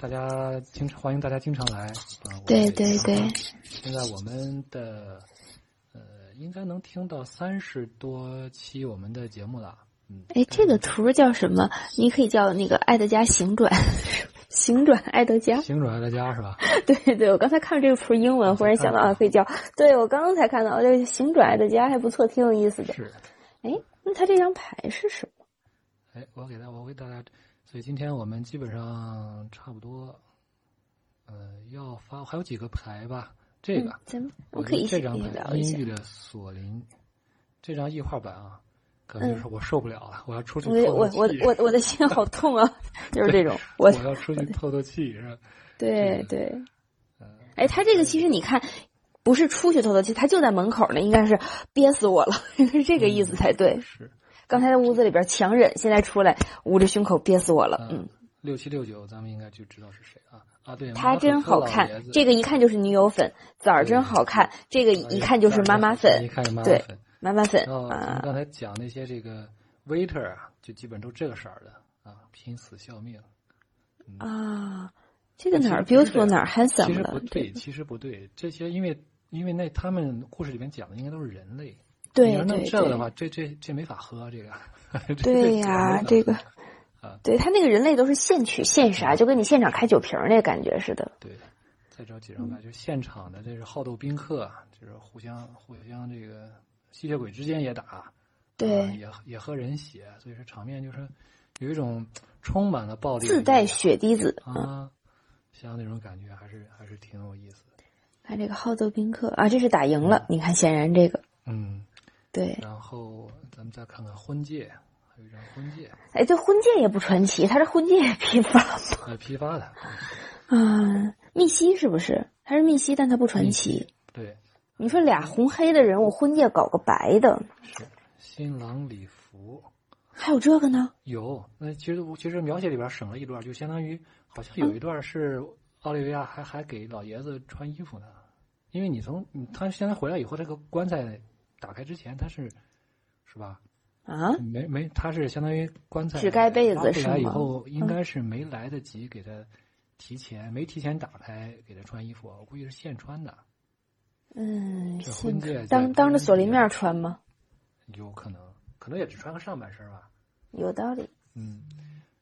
A: 大家经常欢迎大家经常来啊，我
B: 对
A: 们也
B: 对
A: 常常
B: 对
A: 现在我们的呃应该能听到三十多期我们的节目了，嗯，
B: 哎，这个图叫什么？你可以叫那个爱德加行转， 行转爱德加。
A: 行啊转爱大家是 吧？
B: 对对，我刚才看这个图英文，忽然想到
A: 嗯
B: 啊，可以叫。对我刚刚才看到，这行转爱德加还不错，挺有意思的。
A: 是，
B: 哎，那他这张牌是什么？
A: 哎，我给大我给大家，所以今天我们基本上差不多，呃，要发还有几个牌吧，这个。
B: 嗯咱们我
A: 我
B: 可以一
A: 觉得
B: 起
A: 这
B: 跟
A: 张
B: 你
A: 版
B: 聊一
A: 音
B: 下
A: 域。的索林，这张异画版啊，感觉是我受不了了，我要出去
B: 嗯我
A: 透
B: 我
A: 透气，
B: 我我我的心好痛啊！ 就是 这种，我
A: 我要出去透透气是 吧？
B: 对对，
A: 嗯
B: 哎，他这个其实你看，不是出去透透气，他就在门口呢，应该是憋死我了， 是这个意
A: 嗯
B: 思才对。
A: 是，
B: 刚才在屋子里边强忍，现在出来捂着胸口憋死我了。嗯，，
A: 呃六七六九，咱们应该就知道是谁啊？啊，对，
B: 她真好看，这
A: 个
B: 个一看就是女友粉；枣儿真好看，这个
A: 哎啊
B: 一看就是妈妈粉
A: 一，看就妈妈
B: 对
A: 粉。
B: 妈妈粉
A: 然后咱们
B: 啊。
A: 刚才讲那些这个 waiter 啊，就基本都这个色儿的啊，拼死效命。
B: 啊，这个哪儿
A: 嗯其实不是这
B: beautiful
A: 样
B: 哪儿
A: 其
B: handsome
A: 实
B: 了
A: 不？对，其实不对，这些因为因为那他们故事里面讲的应该都是人类，
B: 对
A: 你要弄
B: 对
A: 这个的
B: 对，
A: 话，这这这没法喝，这个。 这
B: 对呀，这
A: 没
B: 个
A: 法喝。啊
B: 对他那个人类都是现取现杀，就跟你现场开酒瓶儿那感觉似的。
A: 对，再找几张牌，就是现场的，这是好斗宾客，啊就是互相互相这个吸血鬼之间也打，
B: 对
A: 啊也也喝人血，所以说场面就是有一种充满了暴力的
B: 自
A: 那
B: 带
A: 种
B: 血滴子，
A: 啊，像那种感觉还是还是挺有意思的。
B: 看这个好斗宾客啊，这是打赢了。你看，显然这个
A: 嗯，
B: 对，
A: 然后咱们再看看婚戒，还有一张婚戒，
B: 哎，这婚戒也不传奇，他这婚戒也批发 了
A: 呃，批发的，嗯
B: 啊，密西是不是？他是密西，但他不传奇。
A: 对，
B: 你说俩红黑的人物，婚戒搞个白的，
A: 是新郎礼服。
B: 还有这个呢？
A: 有，那其实我其实描写里边省了一段，就相当于好像
B: 嗯
A: 有一段是奥利维亚还还给老爷子穿衣服呢，因为你从你他现在回来以后，这个棺材打开之前他是是吧？
B: 啊，
A: 没没，他是相当于棺材
B: 只盖被子
A: 拉出
B: 是
A: 来以
B: 吗嗯
A: 后，应该是没来得及给他提前没提前打开给他穿衣服，我估计是现穿的，
B: 嗯，
A: 这
B: 现
A: 婚戒在
B: 当当着索林面穿吗？
A: 有可能可能也只穿个上半身吧。
B: 有道理。
A: 嗯，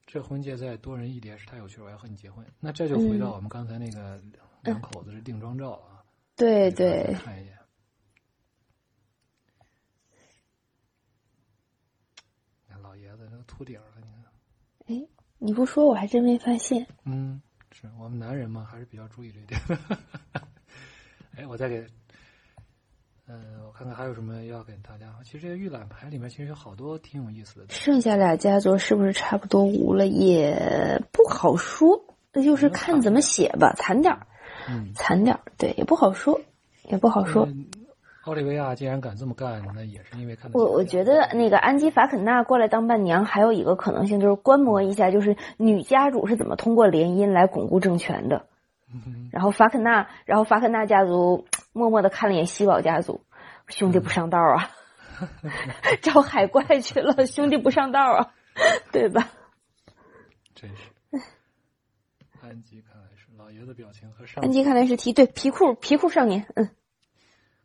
A: 这婚戒在多人一叠是太有趣，我要和你结婚。那这就回
B: 嗯
A: 到我们刚才那个两口子是定妆照了啊。
B: 对
A: 给大家
B: 对，
A: 看一眼。那老爷子那个秃顶儿了，你看，
B: 你不说我还真没发现。
A: 嗯，是我们男人嘛，还是比较注意这一点。 哎，我再给，呃，我看看还有什么要给大家。其实这个预览牌里面其实有好多挺有意思的 东西，
B: 剩下俩家族是不是差不多无了？也不好说，那就是看怎么写吧，惨点儿，
A: 嗯。
B: 惨点儿。对，也不好说，也不好说。
A: 嗯奥利维亚既然敢这么干，那也是因为看得
B: 我
A: 起
B: 我
A: 你
B: 觉得那个安吉法肯纳过来当伴娘，还有一个可能性就是观摩一下，就是女家主是怎么通过联姻来巩固政权的。
A: 嗯
B: 然后法肯纳，然后法肯纳家族默默的看了一眼西堡家族，兄弟不上道啊，
A: 嗯
B: 找海怪去 了，兄弟不上道啊，对吧？
A: 真是。安吉看来是老爷子表情和上
B: 安吉看来是提对皮裤皮裤少年，嗯，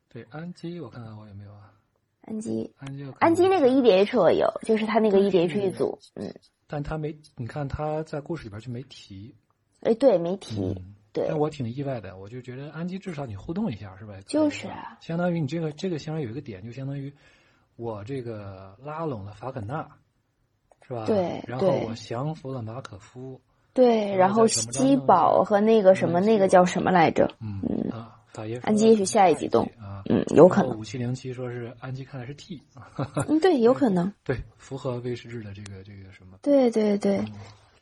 A: 对安吉，我看看我有没有啊？
B: 安吉
A: 安吉我看看，
B: 安吉那个 EDH 我有，就是他那个 EDH 一组，嗯，
A: 但他没，你看他在故事里边就没提。
B: 哎对，没提，
A: 嗯，
B: 对
A: 但，我挺意外的，我就觉得安吉至少你互动一下是吧？可以
B: 就是啊
A: 相当于你这个这个相当于有一个点，就相当于我这个拉拢了法肯纳，是吧？
B: 对
A: 然后
B: 对
A: 我降服了马可夫，
B: 对，然
A: 在
B: 后
A: 什么当中
B: 基宝和那个什么
A: 嗯
B: 那个叫什么来着？
A: 嗯啊，法爷说
B: 安吉也许下一集动
A: 啊，
B: 嗯，有可能，
A: 五七零七说是安吉看来是 T，啊
B: 嗯，对，有可 能，
A: 对，符合威士忌的这个这个什么？
B: 对对对。
A: 嗯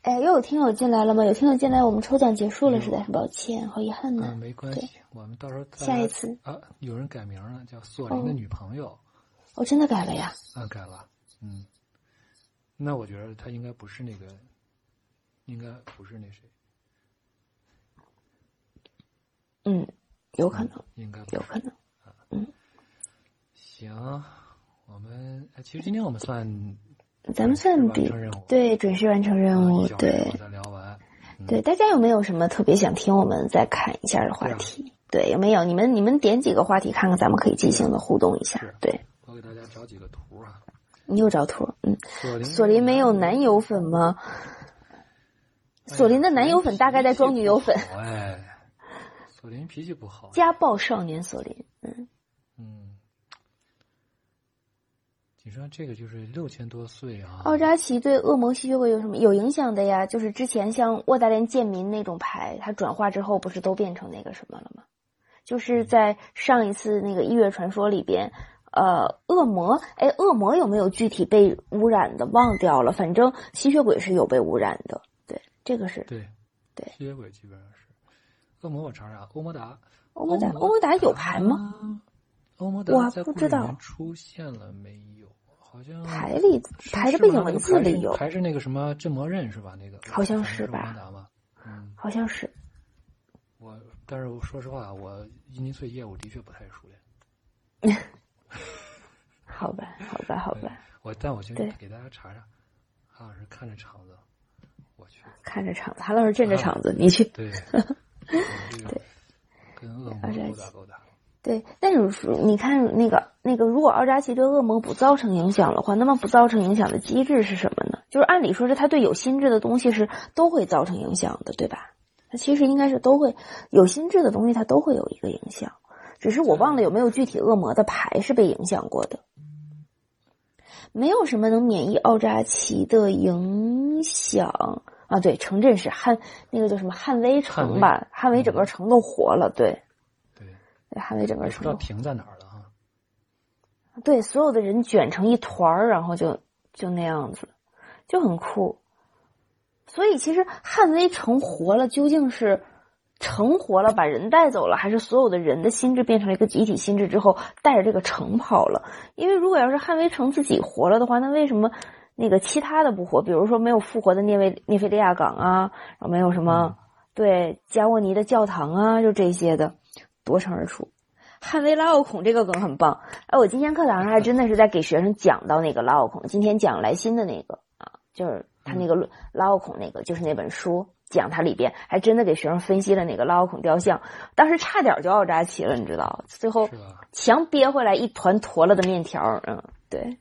B: 哎，又有听友进来了吗？有听友进来，我们抽奖结束了，实在是抱歉，好遗憾
A: 嗯，
B: 呢。
A: 没关系，我们到时候大家
B: 下一次哦
A: 啊，有人改名了，叫索林的女朋友。
B: 我哦真的改了呀，
A: 啊，改了，嗯，那我觉得他应该不是那个，应该不是那谁，
B: 嗯，有可能，
A: 应该不
B: 有
A: 是。
B: 可能。
A: 行，我们哎其实今天我们算
B: 咱们算
A: 嗯完
B: 比
A: 成任务，
B: 对准时完成任
A: 啊
B: 务
A: 一，小时
B: 对
A: 我才聊完，嗯
B: 对。大家有没有什么特别想听我们再看一下的
A: 啊
B: 话题？对，有没有？你们你们点几个话题看看，咱们可以进行的互动一下
A: 是。啊
B: 对
A: 我给大家找几个图啊。
B: 你又找图，嗯，
A: 索林，
B: 索林没有男友粉吗？
A: 哎
B: 索林的男友粉大概在装女友粉
A: 哎呀。，索林脾气不好哎，索林脾气不好，啊
B: 家暴少年索林，
A: 嗯。你说这个就是六千多岁啊！
B: 奥扎奇对恶魔吸血鬼有什么有影响的呀？就是之前像沃达连贱民那种牌，它转化之后不是都变成那个什么了吗？就是
A: 嗯
B: 在上一次那个异月传说里边，呃，恶魔，哎，恶魔有没有具体被污染的？忘掉了，反正吸血鬼是有被污染的。对，这个是
A: 对，
B: 对
A: 吸血鬼基本上是。恶魔我查查，欧摩达，
B: 欧莫达，欧莫达有牌吗？
A: 吗？欧摩达
B: 我
A: 在
B: 不
A: 故
B: 知
A: 事里面
B: 道
A: 出现了没有？好像
B: 牌里
A: 嗯是
B: 牌的
A: 是
B: 背
A: 吗
B: 景
A: 那
B: 文
A: 个
B: 字
A: 牌
B: 里
A: 是
B: 有，
A: 牌是那个什么镇魔刃是吧？那个
B: 好像
A: 是
B: 是吧
A: 欧摩达吗？嗯，
B: 好像是。
A: 我但是我说实话，我伊尼翠业务的确不太熟练。
B: 好吧，好吧，好吧，
A: 我但我先
B: 对
A: 给大家查查，韩老师看着场子，我去，
B: 看着场子，韩老师镇着场子，你去。
A: 对，我这个跟恶魔
B: 而且
A: 勾搭勾搭，
B: 对，但是如你看那个那个，如果奥扎奇对恶魔不造成影响的话，那么不造成影响的机制是什么呢？就是按理说是他对有心智的东西是都会造成影响的，对吧？它其实应该是都会有心智的东西，它都会有一个影响，只是我忘了有没有具体恶魔的牌是被影响过的。没有什么能免疫奥扎奇的影响啊！对，城镇是汉那个叫什么汉威城吧？汉威整个城都活了，对，
A: 对，
B: 对汉威整
A: 我
B: 个
A: 不知
B: 城
A: 道
B: 都
A: 屏在哪儿了啊。
B: 对，所有的人卷成一团儿，然后就就那样子，就很酷。所以其实汉威城活了，究竟是城活了把人带走了，还是所有的人的心智变成了一个集体心智之后，带着这个城跑了？因为如果要是汉威城自己活了的话，那为什么那个其他的不活？比如说没有复活的涅维涅菲利亚港啊，然后没有什么、对加沃尼的教堂啊，就这些的夺城而出。汉威拉奥孔这个梗很棒，哎，我今天课堂上还真的是在给学生讲到那个拉奥孔，今天讲莱辛的那个啊，就是他那个论拉奥孔那个，就是那本书讲它里边，还真的给学生分析了那个拉奥孔雕像，当时差点就奥扎奇了，你知道，最后
A: 是啊吧
B: 强憋回来一团坨了的面条儿，嗯，对，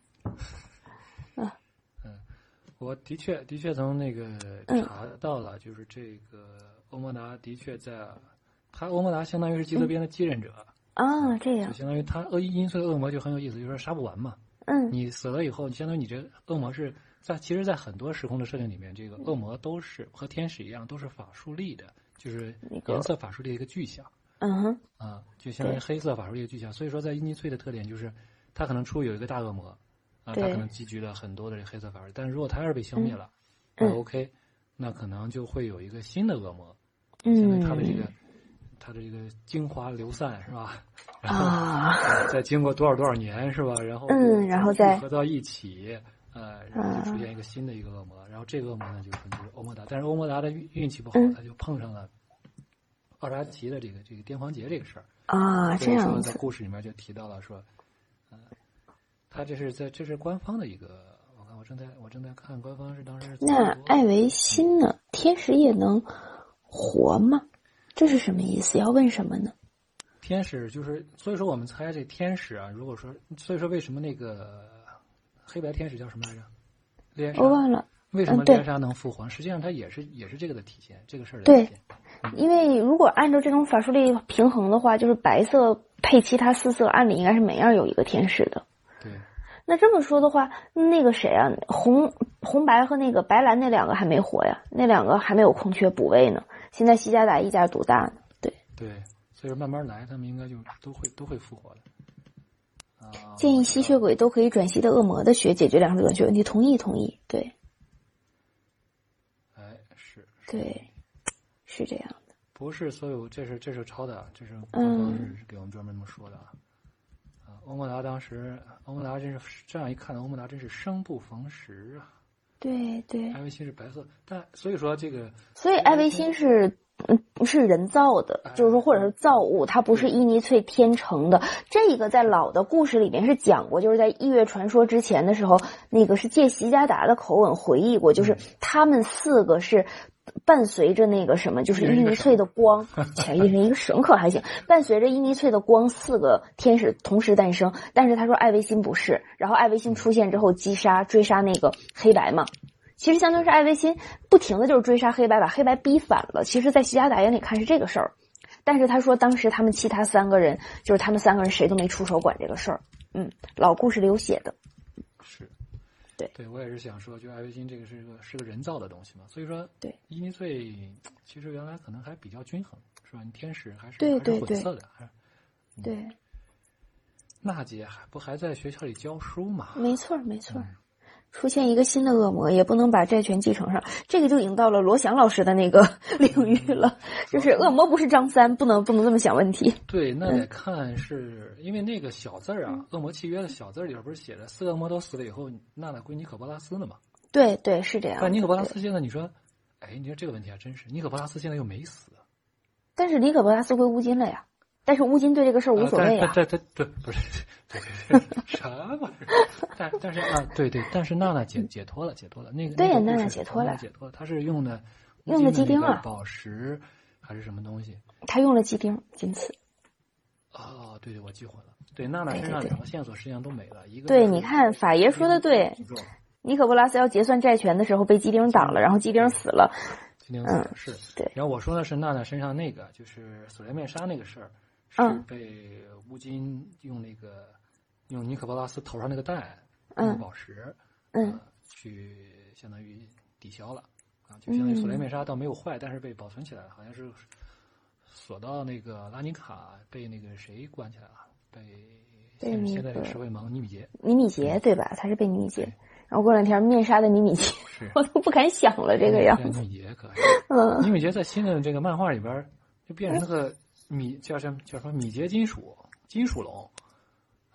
A: 我的确的确从那个
B: 嗯
A: 查到了，就是这个欧莫达的确在，他欧莫达相当于是
B: 嗯
A: 基德边的继任者，
B: 啊，这样
A: 就，相当于他恶意因素的恶魔就很有意思，就是说杀不完嘛。
B: 嗯，
A: 你死了以后，你相当于你这恶魔是在，其实，在很多时空的设定里面，这个
B: 嗯
A: 恶魔都是和天使一样，都是法术力的，就是
B: 那个
A: 颜色法术力的一个具象
B: 嗯哼，
A: 啊，就相当于黑色法术力的具象。所以说，在伊尼翠的特点就是，他可能出有一个大恶魔啊，他
B: 对
A: 可能积聚了很多的这黑色法术，但如果他要是被消灭了，
B: 嗯
A: 那 OK，那可能就会有一个新的恶魔，相当于他的这
B: 嗯
A: 个。他的这个精华流散是吧？
B: 啊，
A: 再经过多少多少年是吧？然后
B: 嗯然后再嗯
A: 聚合到一起，呃，然后就出现一个新的一个恶魔，然后这个恶魔呢就可能就是欧莫达，但是欧莫达的运运气不好，
B: 嗯
A: 他就碰上了奥扎奇的这个这个癫狂节这个事儿，
B: 啊，
A: 所
B: 这
A: 以说
B: 样
A: 在
B: 子，
A: 故事里面就提到了说，呃，他这是在这是官方的一个，我
B: 哎
A: 看我正在我正在看官方是当时是怎么
B: 那
A: 说
B: 艾维辛呢？天使也能活吗？这是什么意思？要问什么呢？
A: 天使就是，所以说我们猜这天使啊，如果说，所以说为什么那个黑白天使叫什么来着？猎
B: 我
A: 莎
B: 忘了，
A: 为什么
B: 嗯对
A: 猎莎能复活？实际上它也是也是这个的体现，这个事儿的
B: 对
A: 体现。
B: 因为如果按照这种法术力平衡的话，就是白色配其他四色，按理应该是每样有一个天使的。
A: 对，
B: 那这么说的话，那个谁啊，红红白和那个白蓝那两个还没活呀，那两个还没有空缺补位呢。现在西加达一家独大呢，对，
A: 对，所以说慢慢来，他们应该就都会都会复活的。啊，
B: 建
A: 我
B: 议
A: 知
B: 吸
A: 道
B: 血鬼都可以转吸的恶魔的血解决两种转血问题，同意同意，对
A: 哎，是
B: 对，是这样的，
A: 不是所有？这是这是抄的，啊这是官
B: 嗯
A: 方是给我们专门这么说的啊。啊，欧莫达当时，欧莫达真是这样一看呢，欧莫达真是生不逢时啊。
B: 对对，
A: 艾维辛是白色，但所以说这个
B: 所以艾维辛是。嗯，是人造的，就是说，或者是造物，它不是伊尼翠天成的。这个在老的故事里面是讲过，就是在《异月传说》之前的时候，那个是借席加达的口吻回忆过，就是他们四个是伴随着那个什么，就是伊尼翠的光，全译成一个神可还行，伴随着伊尼翠的光，四个天使同时诞生。但是他说艾维辛不是，然后艾维辛出现之后击杀追杀那个黑白嘛，其实相当于是艾维辛不停的就是追杀黑白，把黑白逼反了。其实，在徐加达眼里看是这个事儿，但是他说当时他们其他三个人，就是他们三个人谁都没出手管这个事儿。嗯，老故事里有写的。
A: 是，
B: 对
A: 对我也是想说，就艾维辛这个是个是个人造的东西嘛，所以说
B: 对
A: 伊尼翠其实原来可能还比较均衡，是吧？你天使还是
B: 对对
A: 还是
B: 对
A: 混色的。还是
B: 对，
A: 娜姐还不还在学校里教书嘛？
B: 没错儿没错儿。出现一个新的恶魔，也不能把债权继承上，这个就引到了罗翔老师的那个 领域了。就是恶魔不是张三，不能不能这么想问题。
A: 对，那
B: 嗯
A: 得看是因为那个小字儿啊，恶魔契约》的小字儿里边不是写着四个恶魔都死了以后，娜娜归尼可波拉斯了嘛？
B: 对对，是这样的。
A: 但尼可波拉斯现在你说，哎，你说这个问题还真是，尼可波拉斯现在又没死，
B: 但是尼可波拉斯归乌金了呀，但是乌金对这个事儿无所谓啊。
A: 但但但对，不是， 对对对， 什么玩意儿？ 但但是啊，对对，但是娜娜解解脱了，解脱了。那个
B: 嗯对
A: 那个故
B: 娜娜
A: 事
B: 解脱了
A: 娜解脱了。她是用的
B: 用的鸡
A: 金
B: 丁
A: 那个
B: 啊
A: 宝石还是什么东西？
B: 他用了鸡丁，仅此。
A: 哦，对对，我记混了。对，娜娜身上
B: 对对对
A: 两个线索实际上都没了，一个
B: 对
A: 是
B: 你看法爷说得对
A: 诅咒
B: 尼可波拉斯要结算债权的时候被鸡丁挡了，然后鸡丁死了。
A: 金钉子是。
B: 嗯对
A: 然后我说的是娜娜身上那个，就是锁链面纱那个事儿，是
B: 嗯
A: 被乌金用那个用尼可波拉斯头上那个蛋，
B: 嗯
A: 那个宝石，
B: 嗯
A: 呃去相当于抵消了啊，就相当
B: 嗯
A: 于锁链面纱倒没有坏，但是被保存起来了，好像是锁到那个拉尼卡被那个谁关起来了，被
B: 被
A: 现
B: 那
A: 现在这个
B: 个
A: 石灰盟尼米杰
B: 尼米杰对吧？他是被尼米杰，然后过两天面纱的尼米杰，
A: 是
B: 我都不敢想了这个样
A: 尼
B: 子。
A: 米杰可是。
B: 嗯，
A: 尼米杰在新的这个漫画里边儿就变成那个米叫什么叫什么米杰金属金属龙，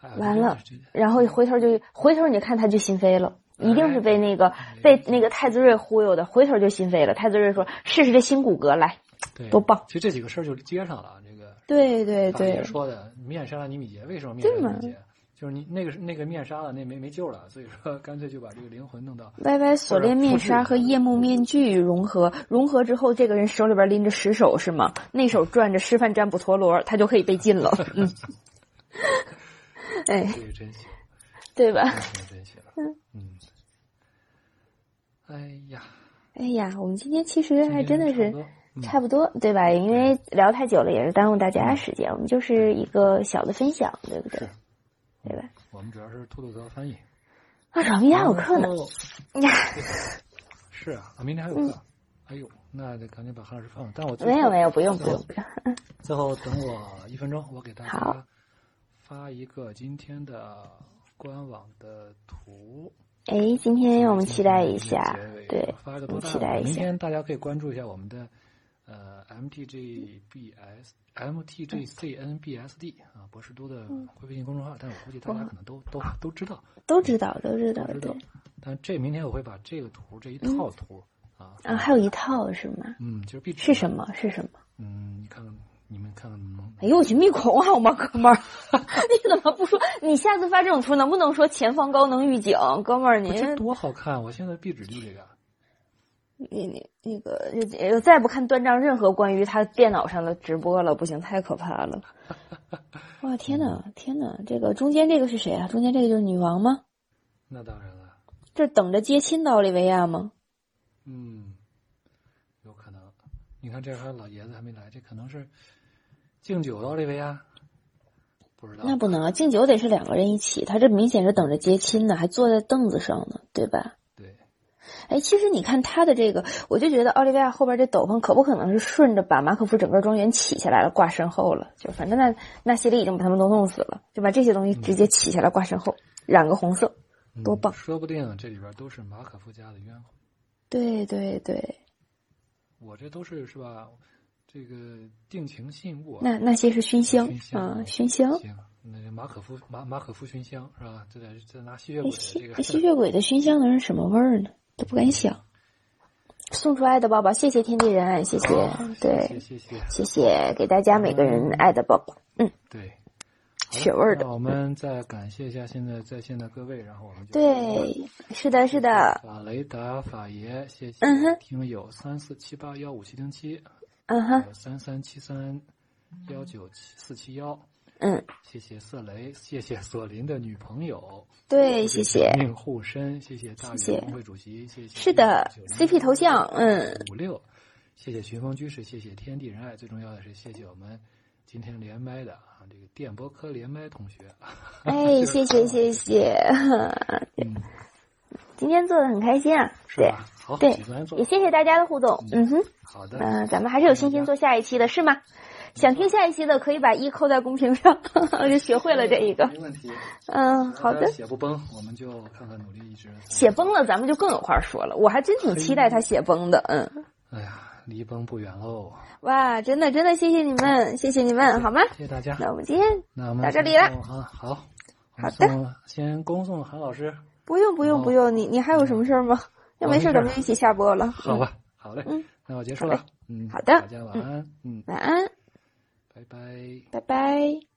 A: 哎呀，
B: 完
A: 这
B: 了
A: 这这
B: 然后回头就回头你看他就心飞了。一定
A: 哎
B: 是被那个被那个太子睿忽悠的，回头就心飞了。太子睿说：“试试这新骨骼来。
A: 对
B: 多棒！
A: 其实这几个事儿就接上了啊，这个”
B: 对对
A: 大姐
B: 对，
A: 说的面纱尼米杰为什么面纱
B: 对嘛
A: 尼米杰？就是你那个那个面纱了，那没没救了，所以说干脆就把这个灵魂弄 到
B: 歪歪锁链面纱和夜
A: 嗯
B: 幕面具融合，融合之后，这个人手里边拎着石手是吗？那手转着示范占卜陀螺，他就可以被禁 了。嗯， 哎，
A: 这个真行，
B: 对吧？
A: 真行真行，嗯，哎呀，
B: 哎呀，我们今天其实
A: 今
B: 还
A: 天
B: 真的
A: 差
B: 是
A: 不多嗯
B: 差不多，对吧？因为聊太久了，也是耽误大家时间。我们就是一个小的分享，对不对？对吧？
A: 我们主要是兔兔哥翻译，
B: 啊，我明天还有课呢
A: 然。后
B: 呀，
A: 是啊，啊明天还有课。哎呦，那得赶紧把韩老师放了。但我最
B: 嗯没有
A: 后
B: 没有，不用
A: 最
B: 不
A: 后
B: 用不用。
A: 最后等我一分钟，我给大家
B: 好
A: 发一个今天的官网的图。
B: 哎，今天我们期待一下
A: 今天的结尾，啊
B: 对，
A: 发一个多
B: 我们
A: 大
B: 期
A: 的？
B: 待一
A: 明
B: 下。
A: 天大家可以关注一下我们的呃 MTGBS。MTGCNBSD 啊，博士都的
B: 嗯
A: 微信公众号，但我估计大家可能都都都知道，
B: 都知道哦都知道
A: 都知
B: 对
A: 道。但这明天我会把这个图这一套图啊，
B: 啊，还有一套是吗？
A: 嗯，就是壁纸
B: 是
A: 嘛
B: 什么？是什么？
A: 嗯，你看看，你们看看能不能？
B: 哎呦我去，密恐好吗，哥们儿？你怎么不说？你下次发这种图能不能说前方高能预警？哥们儿，
A: 不
B: 您
A: 这多好看！我现在壁纸就这个，
B: 那那那个就就再不看断章任何关于他电脑上的直播了，不行，太可怕了！哇，天呐，天呐，这个中间这个是谁啊？中间这个就是女王吗？
A: 那当然了，
B: 这等着接亲的奥利维亚吗？
A: 嗯，有可能。你看这还有老爷子还没来，这可能是敬酒的奥利维亚，啊不知道。
B: 那不能啊，敬酒得是两个人一起，他这明显是等着接亲呢，还坐在凳子上呢，对吧？
A: 对，
B: 哎，其实你看他的这个，我就觉得奥利维亚后边这斗篷可不可能是顺着把马可夫整个庄园起下来了，挂身后了？就反正那纳西里已经把他们都弄死了，就把这些东西直接起下来挂身后，染个红色，多
A: 嗯
B: 棒！
A: 说不定这里边都是马可夫家的冤魂。
B: 对对对，
A: 我这都是是吧？这个定情信物、啊，
B: 那那些是熏香
A: 熏香
B: 啊
A: 嗯，
B: 熏香。
A: 行，那这马可夫马马可夫熏香是吧？这得这拿吸血
B: 哎，
A: 鬼的这
B: 吸
A: 个
B: 哎吸血鬼的熏香能是什么味儿呢？都不敢想。送出爱的抱抱，谢谢天地人爱，谢谢，
A: 谢，
B: 对
A: 谢谢哦谢
B: 谢谢给大家每个人爱的抱抱，嗯，
A: 对。
B: 血味儿的
A: 那，我们再感谢一下现在在线的各位，然后我们就
B: 对，是的，是的，
A: 法雷达法爷，谢谢
B: 嗯哼
A: 听友三四七八幺五七零七，
B: 嗯哼，
A: 三三七三幺九七四七幺，
B: 嗯，
A: 谢谢色雷，谢谢索林的女朋友，
B: 对，谢谢，
A: 命护身，谢谢大
B: 谢
A: 宇
B: 谢
A: 工会主席，谢谢
B: 是的，CP 头像，嗯，
A: 五六，谢谢寻风居士，谢谢天地仁爱，最重要的是谢谢我们今天连麦的啊，这个电波科连麦同学，
B: 哎，谢谢，谢 谢，
A: 嗯，
B: 今天做的很开心啊，
A: 是
B: 对，
A: 吧？好，
B: 对
A: 喜欢做
B: 也，谢谢大家的互动，嗯哼。
A: 好的，
B: 嗯、咱们还是有信心做下一期的，是吗？想听下一期的，可以把一扣在公屏上， 我就学会了这一个。
A: 没问题。
B: 嗯，好
A: 大
B: 的
A: 家。写不崩，我们就看看努力一直。
B: 写崩了，咱们就更有话说了。我还真挺期待他写崩的，嗯，
A: 哎呀，离崩不远喽，
B: 哇，真的真的，谢谢你们，谢谢你们，好吗？
A: 谢谢大家。
B: 那我们今天
A: 那我们
B: 到这里了
A: 先送啊，好，我
B: 好
A: 们
B: 的嗯
A: 送，先恭送韩老师，
B: 不用不用不用，你你还有什么事儿吗？要没事儿，咱们就一起下播了。
A: 好吧，好嘞，
B: 嗯
A: 那我结束
B: 好嘞
A: 了，嗯，
B: 好的
A: 大家晚安，嗯，
B: 晚安，
A: 拜拜。
B: 拜拜。